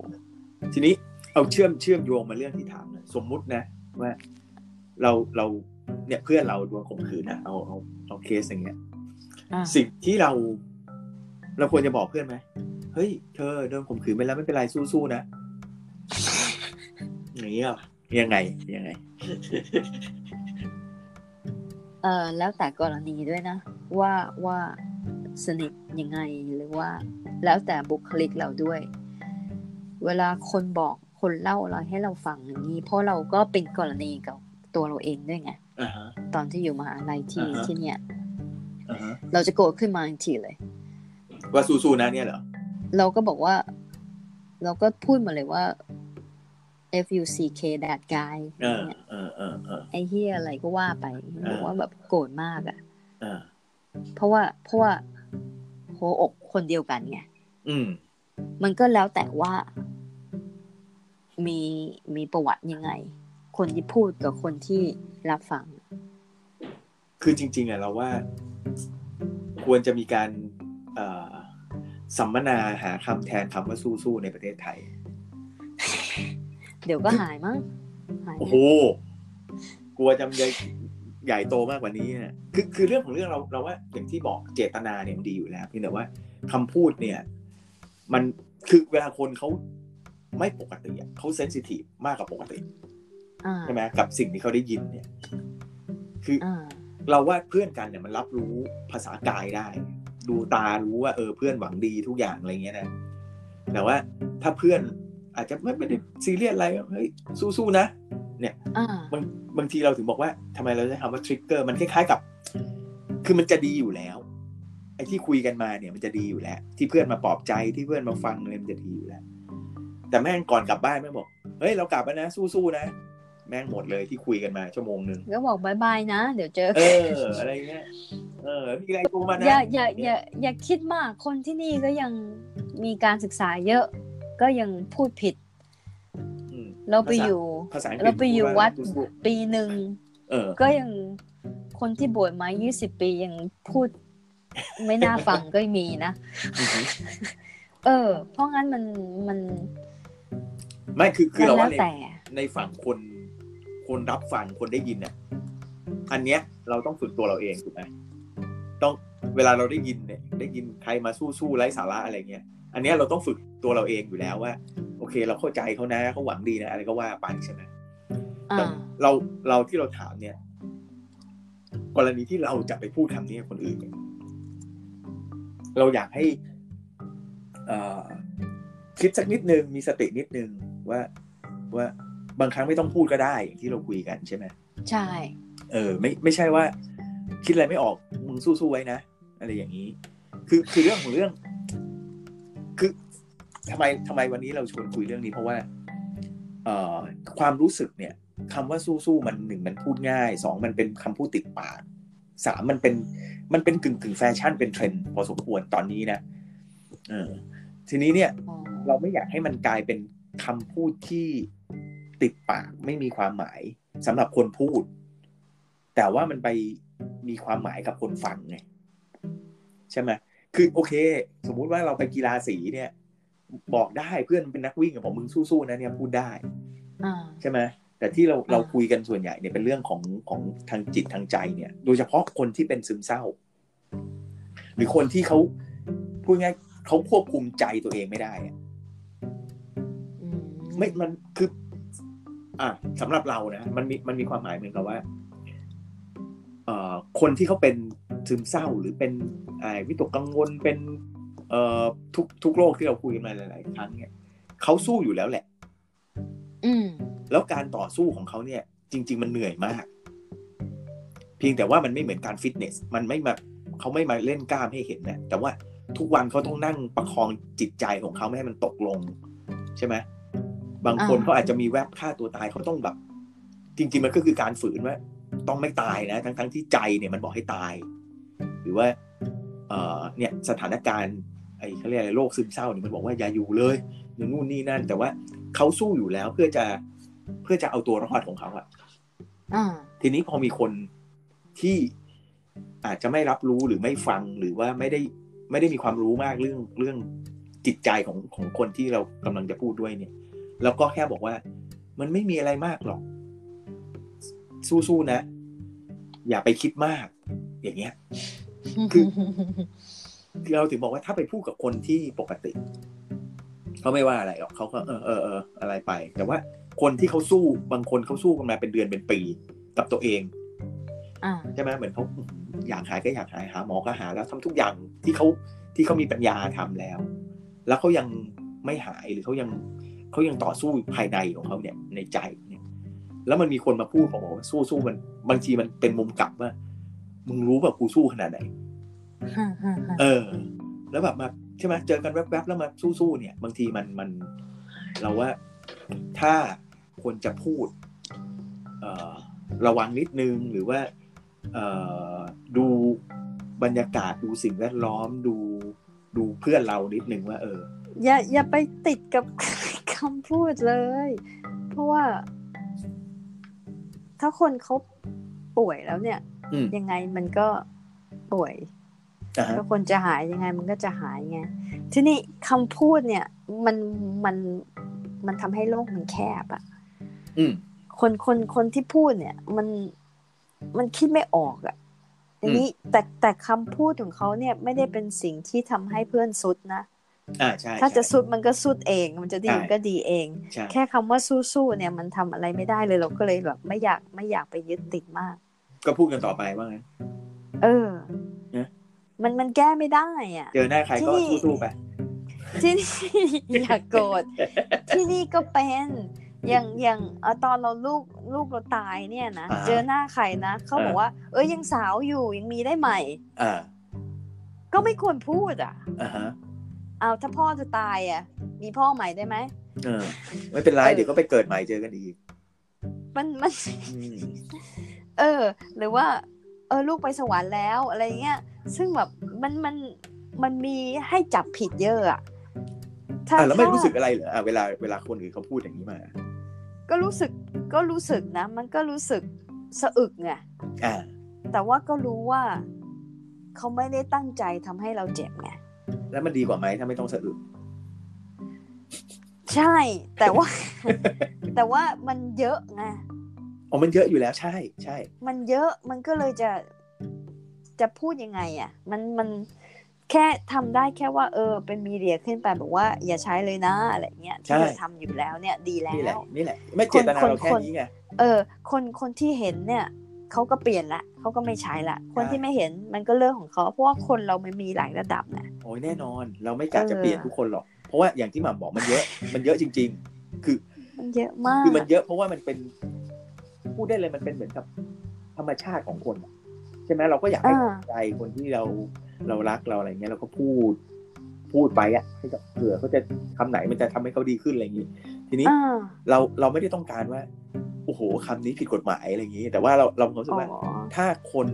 Speaker 1: ทีนี้เอาเชื่อมเชื่อมโยงมาเรื่องที่ถามหน่อยสมมุตินะว่าเราเราเนี่ยเพื่อนเราโดนข่มขืนนะเอาเอาเอาเคสอย่างเงี้ย
Speaker 2: อ่า
Speaker 1: สิ่งที่เรา เราควรจะบอกเพื่อนไหมเฮ้ยเธอโดนข่มขืนไปแล้วไม่เป็นไรสู้ๆนะอย่างเงี้ยเหรอยังไงยังไง
Speaker 2: เออแล้วแต่กรณีด้วยนะ ว่าว่าสนิทยังไงหรือว่า แล้วแต่บุคลิกเราด้วย เวลาคนบอกคนเล่าอะไรให้เราฟังอย่างนี้เพราะเราก็เป็นกรณีกับตัวเราเองด้วยไง
Speaker 1: อ่าฮะ
Speaker 2: ตอนที่อยู่มหาลัยที่
Speaker 1: อ่าฮะ
Speaker 2: ที่เนี่ย
Speaker 1: อ่าฮะ
Speaker 2: เราจะโกรธขึ้นมาทันทีเลย
Speaker 1: ว่าสู้ๆนะเนี่ยเหรอ
Speaker 2: เราก็บอกว่า เราก็พูดมาเลยว่า F U C K that guy
Speaker 1: เออเออเออเออ
Speaker 2: ไอ้เฮียอะไรก็ว่าไป
Speaker 1: อ่า
Speaker 2: บอกว่าแบบโกรธมากอะ
Speaker 1: เออ
Speaker 2: เพราะว่าเพราะว่าหัวอกคนเดียวกันไง
Speaker 1: อืม
Speaker 2: มันก็แล้วแต่ว่า มีมีประวัติยังไง คนที่พูดกับคนที่รับฟัง
Speaker 1: คือจริงๆอะเราว่าควรจะมีการเอ่อสัมมนาหาคำแทนคำว่าสู้ๆในประเทศไทย
Speaker 2: เดี๋ยวก็หายมั้งหายไหม
Speaker 1: โอ้โหกลัวจำใหญ่ใหญ่โตมากกว่านี้นะคือคือเรื่องของเรื่องเราเราว่าอย่างที่บอกเจตนาเนี่ยมันดีอยู่แล้วเพียงแต่ว่าคำพูดเนี่ย มันคือเวลาคนเขาไม่ปกติอะเขาเซนซิทีฟมากกว่าปกติ
Speaker 2: อ่า
Speaker 1: ใช่ไหมกับสิ่งที่เขาได้ยินเนี่ย คือ
Speaker 2: อ่า
Speaker 1: เราว่าเพื่อนกันเนี่ยมันรับรู้ภาษากายได้ ดูตารู้ว่าเออเพื่อนหวังดีทุกอย่างอะไรเงี้ยนะแต่ว่าถ้าเพื่อนอาจจะไม่ไม่ได้ซีเรียสอะไรเฮ้ยสู้ๆนะ
Speaker 2: อ่า
Speaker 1: บางบางทีเราถึงบอกว่าทำไมเราใช้คำว่าทริกเกอร์มันคล้ายๆกับ คือมันจะดีอยู่แล้วไอ้ที่คุยกันมาเนี่ยมันจะดีอยู่แล้ว ที่เพื่อนมาปลอบใจที่เพื่อนมาฟังอะไรมันจะดีอยู่แล้ว แต่แม่งก่อนกลับบ้านแม่งบอกเฮ้ยเรากลับแล้วนะสู้ๆนะ แม่งหมดเลยที่คุยกันมาชั่วโมงหนึ่ง
Speaker 2: ก็บอกบายบายนะ เดี๋ยวเจอ
Speaker 1: เอ
Speaker 2: กัน
Speaker 1: อ อะไรเงี้ยเออมีอะไรกูมานะ
Speaker 2: อย่าอย่าอย่าอย่าคิดมากคนที่นี่ก็ยังมีการศึกษาเยอะ ก็ยังพูดผิด
Speaker 1: อืม
Speaker 2: เราไป
Speaker 1: ภาษา
Speaker 2: อยู่
Speaker 1: ภาษาอังกฤษ
Speaker 2: เราไปอยู่วัด
Speaker 1: สู้
Speaker 2: ปีหนึ่ง
Speaker 1: ๆเออ
Speaker 2: ก็ยังคนที่บวชมา 20 ปียังพูด ไม่น่าฟังก็มีนะ เออ เพราะงั้นมันมัน
Speaker 1: ไม่คือคือ
Speaker 2: แล้
Speaker 1: เรา
Speaker 2: ว
Speaker 1: ว่าใน
Speaker 2: แต่
Speaker 1: ในฝั่งคนคนรับฟังคนได้ยินเนี่ยอันเนี้ยเราต้องฝึกตัวเราเองถูกไหมต้องเวลาเราได้ยินเนี่ย ได้ยินใครมาสู้สู้ไร้สาระอะไรเงี้ยอันเนี้ยเราต้องฝึกตัวเราเองอยู่แล้วว่า โอเค เราเข้าใจเขานะเขาหวังดีนะอะไรก็ว่าไปใช่ไหม
Speaker 2: อ่า
Speaker 1: เราเราที่เราถามเนี่ย กรณีที่เราจะไปพูดคำนี้กับคนอื่นเนี่ยเราอยากให้เอ่อคิดสักนิดนึงมีสตินิดนึงว่าว่าบางครั้งไม่ต้องพูดก็ได้อย่างที่เราคุยกันใช่ไหม
Speaker 2: ใช่
Speaker 1: เออ ไม่ไม่ใช่ว่า คิดอะไรไม่ออกมึงสู้ๆไว้นะอะไรอย่างนี้ คือคือเรื่องของเรื่อง คือทำไมทำไมวันนี้เราชวนคุยเรื่องนี้เพราะว่า เอ่อความรู้สึกเนี่ยคำว่าสู้ๆมันหนึ่งมันพูดง่ายสองมันเป็นคำพูดติดปากสามมันเป็นมันเป็นกึ่งกึ่งๆแฟชั่นเป็นเทรนด์พอสมควรตอนนี้นะเออทีนี้เนี่ย
Speaker 2: อ๋อ
Speaker 1: เราไม่อยากให้มันกลายเป็นคำพูดที่ติดปากไม่มีความหมายสำหรับคนพูด แต่ว่ามันไปมีความหมายกับคนฟังไงใช่ไหมคือโอเค สมมุติว่าเราไปกีฬาสีเนี่ย บอกได้เพื่อนเป็นนักวิ่งกับผมมึงสู้ๆนะเนี่ยพูดได้
Speaker 2: อ่า
Speaker 1: ใช่ไหมแต่ที่เรา
Speaker 2: อ่า
Speaker 1: เราคุยกันส่วนใหญ่เนี่ยเป็นเรื่องของของทางจิตทางใจเนี่ย โดยเฉพาะคนที่เป็นซึมเศร้า หรือคนที่เขาพูดง่ายเขาควบคุมใจตัวเองไม่ได้อะ
Speaker 2: อื
Speaker 1: ไม่ มัน คือ อ่ะสำหรับเรา นะ มัน มี มันมีความหมายเหมือนกับว่า เอ่อ คนที่เขาเป็นซึมเศร้า หรือเป็นไอ้วิตกกังวล เป็น เอ่อ ทุก ทุกโรคที่เราคุยกันมาหลาย ๆ ครั้ง เนี่ย เขาสู้อยู่แล้วแหละ
Speaker 2: อืม
Speaker 1: แล้วการต่อสู้ของเขาเนี่ย จริง ๆ มันเหนื่อยมาก เพียงแต่ว่ามันไม่เหมือนการฟิตเนส มันไม่มาเขาไม่มาเล่นกล้ามให้เห็นนะแต่ว่าทุกวันเขาต้องนั่งประคองจิตใจของเขาไม่ให้มันตกลง ใช่ไหมบางคน
Speaker 2: อ่า
Speaker 1: เขาอาจจะมีแวบฆ่าตัวตายเขาต้องแบบ จริง ๆ มันก็คือการฝืนว่า ต้องไม่ตายนะ ทั้งๆที่ใจเนี่ยมันบอกให้ตาย หรือว่า เอ่อเนี่ยสถานการณ์ไอ้เขาเรียกอะไรโรคซึมเศร้าเนี่ยมันบอกว่าอย่าอยู่เลยนู่นนี่นั่น แต่ว่าเขาสู้อยู่แล้วเพื่อจะเพื่อจะเอาตัวรอดของเขาอะ
Speaker 2: อ่า
Speaker 1: ทีนี้พอมีคนที่อาจจะไม่รับรู้หรือไม่ฟังหรือว่าไม่ได้ไม่ได้มีความรู้มากเรื่องเรื่องจิตใจของของคนที่เรากำลังจะพูดด้วยเนี่ย แล้วก็แค่บอกว่า มันไม่มีอะไรมากหรอก สู้ๆนะ อย่าไปคิดมาก อย่างเงี้ย คือ เราถึงบอกว่าถ้าไปพูดกับคนที่ปกติเขาไม่ว่าอะไรหรอกเขาก็เออเออเอออะไรไป แต่ว่าคนที่เขาสู้บางคนเขาสู้กันมาเป็นเดือนเป็นปีกับตัวเอง
Speaker 2: อ่า
Speaker 1: ใช่ไหมเหมือนเขาอยากหายก็อยากหายหาหมอก็หาแล้วทำทุกอย่างที่เขาที่เขามีปัญญาทำแล้ว แล้วเขายังไม่หายหรือเขายังเขายังต่อสู้ภายในของเขาเนี่ยในใจเนี่ย แล้วมันมีคนมาพูดผมบอกว่าสู้สู้มันบางทีมันเป็นมุมกลับว่า มึงรู้แบบกูสู้ขนาดไหน เออ แล้วแบบมาใช่ไหมเจอกันแวบๆแล้วมาสู้ๆเนี่ย บางทีมันมัน เราว่าถ้าคนจะพูด เอ่อ ระวังนิดนึงหรือว่า เอ่อ ดูบรรยากาศดูสิ่งแวดล้อมดูดูเพื่อนเรานิดนึงว่า เออ
Speaker 2: อย่าอย่าไปติดกับ คำพูดเลย เพราะว่า ถ้าคนเขาป่วยแล้วเนี่ย
Speaker 1: อืม
Speaker 2: ยังไงมันก็ป่วย
Speaker 1: อ่าฮะ
Speaker 2: ก็คนจะหายยังไงมันก็จะหายไงทีนี้คำพูดเนี่ย มันมันมันทำให้โลกมันแคบอะ
Speaker 1: อืม
Speaker 2: คนคนคนที่พูดเนี่ย มันมันคิดไม่ออกอะทีนี้แต่แต่คำพูดของเขาเนี่ย ไม่ได้เป็นสิ่งที่ทำให้เพื่อนซุดนะ
Speaker 1: อ่าใช่
Speaker 2: ถ้าจะ
Speaker 1: ใช่
Speaker 2: สุดมันก็สุดเอง มันจะดี
Speaker 1: ใช่
Speaker 2: มันก็ดีเอง
Speaker 1: ใช่
Speaker 2: แค่คำว่าสู้ๆเนี่ยมันทำอะไรไม่ได้เลยเราก็เลยแบบไม่อยากไม่อยากไปยึดติดมาก
Speaker 1: ก็พูดกันต่อไปว่างั้น
Speaker 2: เออ
Speaker 1: นะ
Speaker 2: มันมันแก้ไม่ได้อ่ะ
Speaker 1: เจอหน้าใครก็
Speaker 2: ที่นี่
Speaker 1: สู้ๆไป
Speaker 2: ที่นี่ อย่าโกรธที่นี่ก็เป็นอย่างอย่างเอ่อตอนเราลูกลูกเราตายเนี่ยนะ
Speaker 1: อ่า
Speaker 2: เจอหน้าใครนะเขา
Speaker 1: อ่า
Speaker 2: บอกว่า เอ้ยยังสาวอยู่ยังมีได้ใหม่
Speaker 1: อ่า
Speaker 2: ก็ไม่ควรพูดอ่ะ
Speaker 1: อ่าฮะ
Speaker 2: เอาถ้าพ่อจะตายอ่ะ มีพ่อใหม่ได้ไหม
Speaker 1: เออไม่เป็นไร
Speaker 2: เออ
Speaker 1: เดี๋ยวก็ไปเกิดใหม่เจอกันอีก
Speaker 2: มันมัน
Speaker 1: อืม
Speaker 2: เออ หรือว่า เออลูกไปสวรรค์แล้วอะไรเงี้ยซึ่งแบบมันมันมันมีให้จับผิดเยอะอะถ้า
Speaker 1: อ่ะแล้วไม่
Speaker 2: ถ้า
Speaker 1: รู้สึกอะไรเหรออ่ะเวลาเวลาคนอื่นเขาพูดอย่างนี้มา
Speaker 2: ก็รู้สึกก็รู้สึกนะ มันก็รู้สึกสะอึกไง
Speaker 1: อ่า
Speaker 2: แต่ว่าก็รู้ว่า เขาไม่ได้ตั้งใจทำให้เราเจ็บไง
Speaker 1: แล้วมันดีกว่าไหมถ้าไม่ต้องสะอึก
Speaker 2: ใช่ แต่ว่า แต่ว่ามันเยอะไง
Speaker 1: อ๋อมันเยอะอยู่แล้วใช่ใช่
Speaker 2: มันเยอะมันก็เลยจะจะพูดยังไงอ่ะ มันมันแค่ทำได้แค่ว่า เออ เป็นมีเดียขึ้นไปบอกว่า อย่าใช้เลยนะอะไรเงี้ย
Speaker 1: ใช่
Speaker 2: ที่เราทำอยู่แล้วเนี่ยดีแล้
Speaker 1: นี่แหละ
Speaker 2: ว
Speaker 1: นี่แหละ ไม่เจตนาเราแค่นี้ไง
Speaker 2: เออ คนคนที่เห็นเนี่ยเขาก็เปลี่ยนละเขาก็ไม่ใช้ละคน
Speaker 1: ใช่
Speaker 2: ที่ไม่เห็นมันก็เรื่องของเขาเพราะว่าคนเรามันมีหลายระดับนะ
Speaker 1: โอ้ยแน่นอน เราไม่กะจะ
Speaker 2: เออ
Speaker 1: เปลี่ยนทุกคนหรอก เพราะว่าอย่างที่หม่ำบอกมันเยอะ มันเยอะจริง ๆ คือ
Speaker 2: มันเยอะมาก
Speaker 1: คือมันเยอะเพราะว่ามันเป็นพูดได้เลยมันเป็นเหมือนกับธรรมชาติของคนอะใช่ไหมเราก็อยากให้
Speaker 2: อ่า
Speaker 1: กำลังใจคนที่เราเรารักเราอะไรเงี้ยเราก็พูด พูดไปอะให้กับเผื่อเขาจะคำไหนมันจะทำให้เขาดีขึ้นอะไรอย่างนี้ทีนี้
Speaker 2: อ่า
Speaker 1: เราเราไม่ได้ต้องการว่าโอ้โหคำนี้ผิดกฎหมายอะไรอย่างนี้ แต่ว่าเราเราความรู้สึ
Speaker 2: อ๋
Speaker 1: ก
Speaker 2: อ
Speaker 1: ว่า ถ้าคน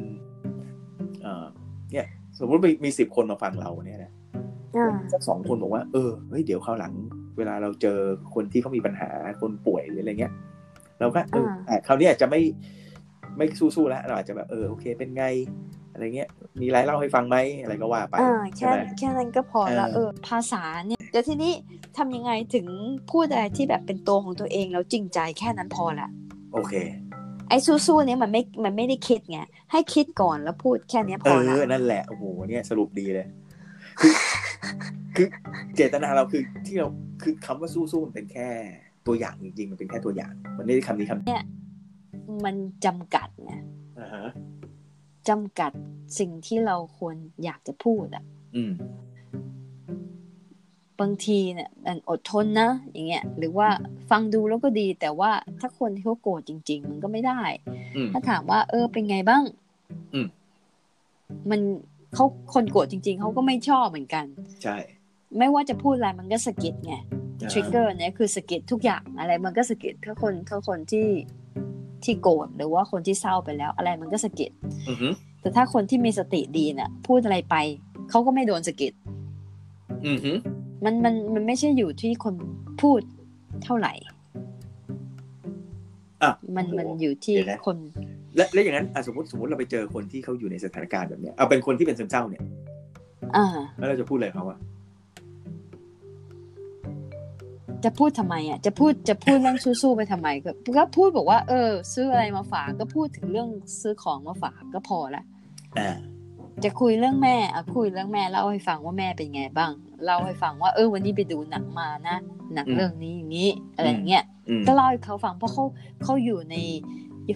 Speaker 1: เอ่อ เนี่ย สมมติมีมีสิบคนมาฟังเราเนี่ยนะ
Speaker 2: อ่า
Speaker 1: สักสองคนบอกว่าเออเฮ้ยเดี๋ยวคราวหลัง เวลาเราเจอคนที่เขามีปัญหาคนป่วยหรืออะไรเงี้ยเราก็เอออ่ะคราวนี้อาจจะไม่ไม่สู้ๆแล้วเราอาจจะแบบเออโอเคเป็นไง อะไรเงี้ยมีอะไรเล่าให้ฟังไหมอะไรก็ว่าไป
Speaker 2: อ่า
Speaker 1: ใช่
Speaker 2: แค่
Speaker 1: ไหม
Speaker 2: แค่นั้นก็พอละ
Speaker 1: เอ
Speaker 2: เอ
Speaker 1: อ
Speaker 2: อ ภาษาเนี่ยแต่ทีนี้ทำยังไงถึงพูดอะไรที่แบบเป็นตัวของตัวเองแล้วจริงใจแค่นั้นพอละ
Speaker 1: โอเค
Speaker 2: ไอ้สู้ๆเนี่ยมันไม่มันไม่ได้คิดไงให้คิดก่อนแล้วพูดแค่เนี้ยพ
Speaker 1: เอ
Speaker 2: อละ
Speaker 1: อนั่นแหละโอ้โหเนี่ยสรุปดีเลย คือคือเจตนาเราคือที่เราคือคำว่าสู้ๆมันเป็นแค่ตัวอย่างจริงๆมันเป็นแค่ตัวอย่าง มันไม่ได้คำนี้คำนี้
Speaker 2: มันจำกัดไง
Speaker 1: อ่าฮะ
Speaker 2: จำกัดสิ่งที่เราควรอยากจะพูดอะ
Speaker 1: อืม
Speaker 2: บางทีเนี่ยมันอดทนนะ อย่างเงี้ยหรือว่าฟังดูแล้วก็ดี แต่ว่าถ้าคนที่เขาโกรธจริง ๆ มันก็ไม่ได้
Speaker 1: อืม
Speaker 2: ถ้าถามว่า เออเป็นไงบ้าง
Speaker 1: อืม
Speaker 2: มันเขาคนโกรธจริง ๆเขาก็ไม่ชอบเหมือนกัน
Speaker 1: ใช่
Speaker 2: ไม่ว่าจะพูดอะไรมันก็สะกิดไงทริกเกอร์เนี่ยคือสะกิดทุกอย่างอะไร มันก็สะกิดถ้าคนถ้าคนที่ที่โกรธหรือว่าคนที่เศร้าไปแล้ว อะไรมันก็สะกิด
Speaker 1: อือฮึ
Speaker 2: แต่ถ้าคนที่มีสติดีน่ะ พูดอะไรไป เขาก็ไม่โดนสะกิด
Speaker 1: อือฮึ
Speaker 2: มันมันมันไม่ใช่อยู่ที่คนพูดเท่าไหร่
Speaker 1: อ่ะ
Speaker 2: มัน
Speaker 1: โอ้โห
Speaker 2: มันอยู่ที่
Speaker 1: เดี๋ยวนะ
Speaker 2: คน
Speaker 1: และและอย่างนั้นอ่ะสมมติสมมติเราไปเจอคนที่เขาอยู่ในสถานการณ์แบบเนี้ยเอาเป็นคนที่เป็นซึมเศร้าเนี่ย
Speaker 2: อ่า
Speaker 1: แล้วเราจะพูดอะไรเขาอะ
Speaker 2: จะพูดทำไมอ่ะจะพูดจะพูดเรื่องสู้ๆไปทำไมก็ก็พูดบอกว่า เออ ซื้ออะไรมาฝากก็พูดถึงเรื่องซื้อของมาฝากก็พอละ
Speaker 1: อ่า
Speaker 2: จะคุยเรื่องแม่อ่ะคุยเรื่องแม่เล่าให้ฟังว่าแม่เป็นไงบ้างเล่าให้ฟังว่าเออ วันนี้ไปดูหนังมานะหนังเรื่องนี้อย่างนี้อะไรอย่างเงี้ย
Speaker 1: อืม
Speaker 2: ก็เล่าให้เขาฟังเพราะเขาเขาอยู่ใน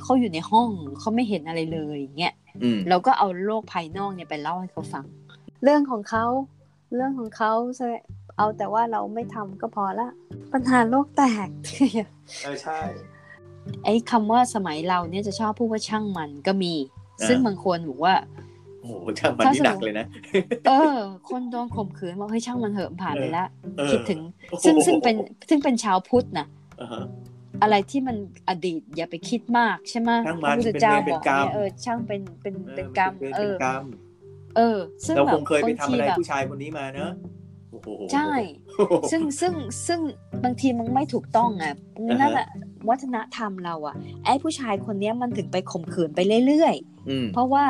Speaker 2: เขาอยู่ในห้องเขาไม่เห็นอะไรเลยอย่างเงี้ย
Speaker 1: อืม
Speaker 2: เราก็เอาโลกภายนอกเนี่ยไปเล่าให้เขาฟัง เรื่องของเขาเรื่องของเขาใช่เอาแต่ว่าเราไม่ทำก็พอละ ปัญหาโลกแตก
Speaker 1: เออใช่
Speaker 2: ไอ้คำว่าสมัยเราเนี่ยจะชอบพูดว่าช่างมันก็มี
Speaker 1: อ่า
Speaker 2: ซึ่งบางคนบอกว่า
Speaker 1: โอ้โหช่างมัน
Speaker 2: ถ้า
Speaker 1: นี่
Speaker 2: สม
Speaker 1: ห
Speaker 2: มุติ
Speaker 1: นักเลยนะ
Speaker 2: เออ คนโดนข่มขืนบอกเฮ้ยช่างมันเหอะผ่านไปละ
Speaker 1: เออ
Speaker 2: คิดถึง
Speaker 1: โอ้โห
Speaker 2: ซึ่งซึ่งเป็นซึ่งเป็นชาวพุทธนะ
Speaker 1: อ่าฮะ
Speaker 2: อะไรที่มันอดีตอย่าไปคิดมากใช่ไหม
Speaker 1: ช่างมัน
Speaker 2: พระพุทธ
Speaker 1: เป็น
Speaker 2: เจ้า
Speaker 1: เวรเป็
Speaker 2: บ
Speaker 1: น
Speaker 2: อก
Speaker 1: กรรม
Speaker 2: เนี่ยเออช่างเป็นเป็นเป็นกรรม
Speaker 1: เป็น
Speaker 2: เอ
Speaker 1: เป็น
Speaker 2: อก
Speaker 1: รรม
Speaker 2: เออ ซึ่ง
Speaker 1: เรา
Speaker 2: แบ
Speaker 1: ค
Speaker 2: บ
Speaker 1: งเคยไปทำอะไร
Speaker 2: แบบ
Speaker 1: ผู้ชายคนนี้มาเนอะโอ้โห
Speaker 2: ใช่
Speaker 1: โอ้โห
Speaker 2: ซึ่งซึ่งซึ่งบางทีมันไม่ถูกต้องอ่ะ
Speaker 1: อ่าฮะ
Speaker 2: นั่นอ่ะวัฒนธรรมเราอ่ะไอ้ผู้ชายคนเนี้ยมันถึงไปข่มขืนไปเรื่อย
Speaker 1: อืม
Speaker 2: ๆ เพราะว่า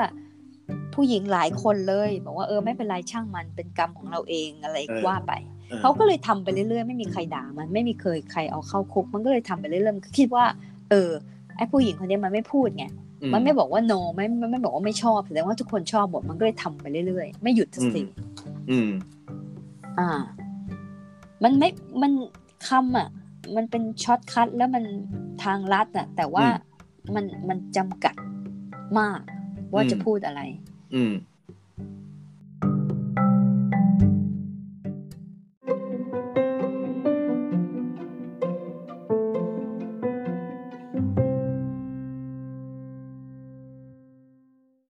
Speaker 2: ผู้หญิงหลายคนเลย บอกว่าเออไม่เป็นไรช่างมันเป็นกรรมของเราเองอะไรว่าไป
Speaker 1: ออ
Speaker 2: เขาก็เลยทำไปเรื่อยๆ ไม่มีใครด่ามันไม่มีเคยใครเอาเข้าคุก มันก็เลยทำไปเรื่อยๆมันก็คิดว่า เออไอ้ผู้หญิงคนเนี้ยมันไม่พูดไง
Speaker 1: อื
Speaker 2: มันไม่บอกว่า no ไม่มันไม่บอกว่าไม่ชอบแสดงว่าทุกคนชอบหมดมันก็เลยทำไปเรื่อยๆ ไม่หยุดสักที
Speaker 1: อืม
Speaker 2: อ่า มันไม่มันคำอ่ะ มันเป็นช็อตคัทแล้วมันทางลัดอ่ะ แต่ว่ามันมันจำกัดมากว่าจะพูดอะไร
Speaker 1: อืม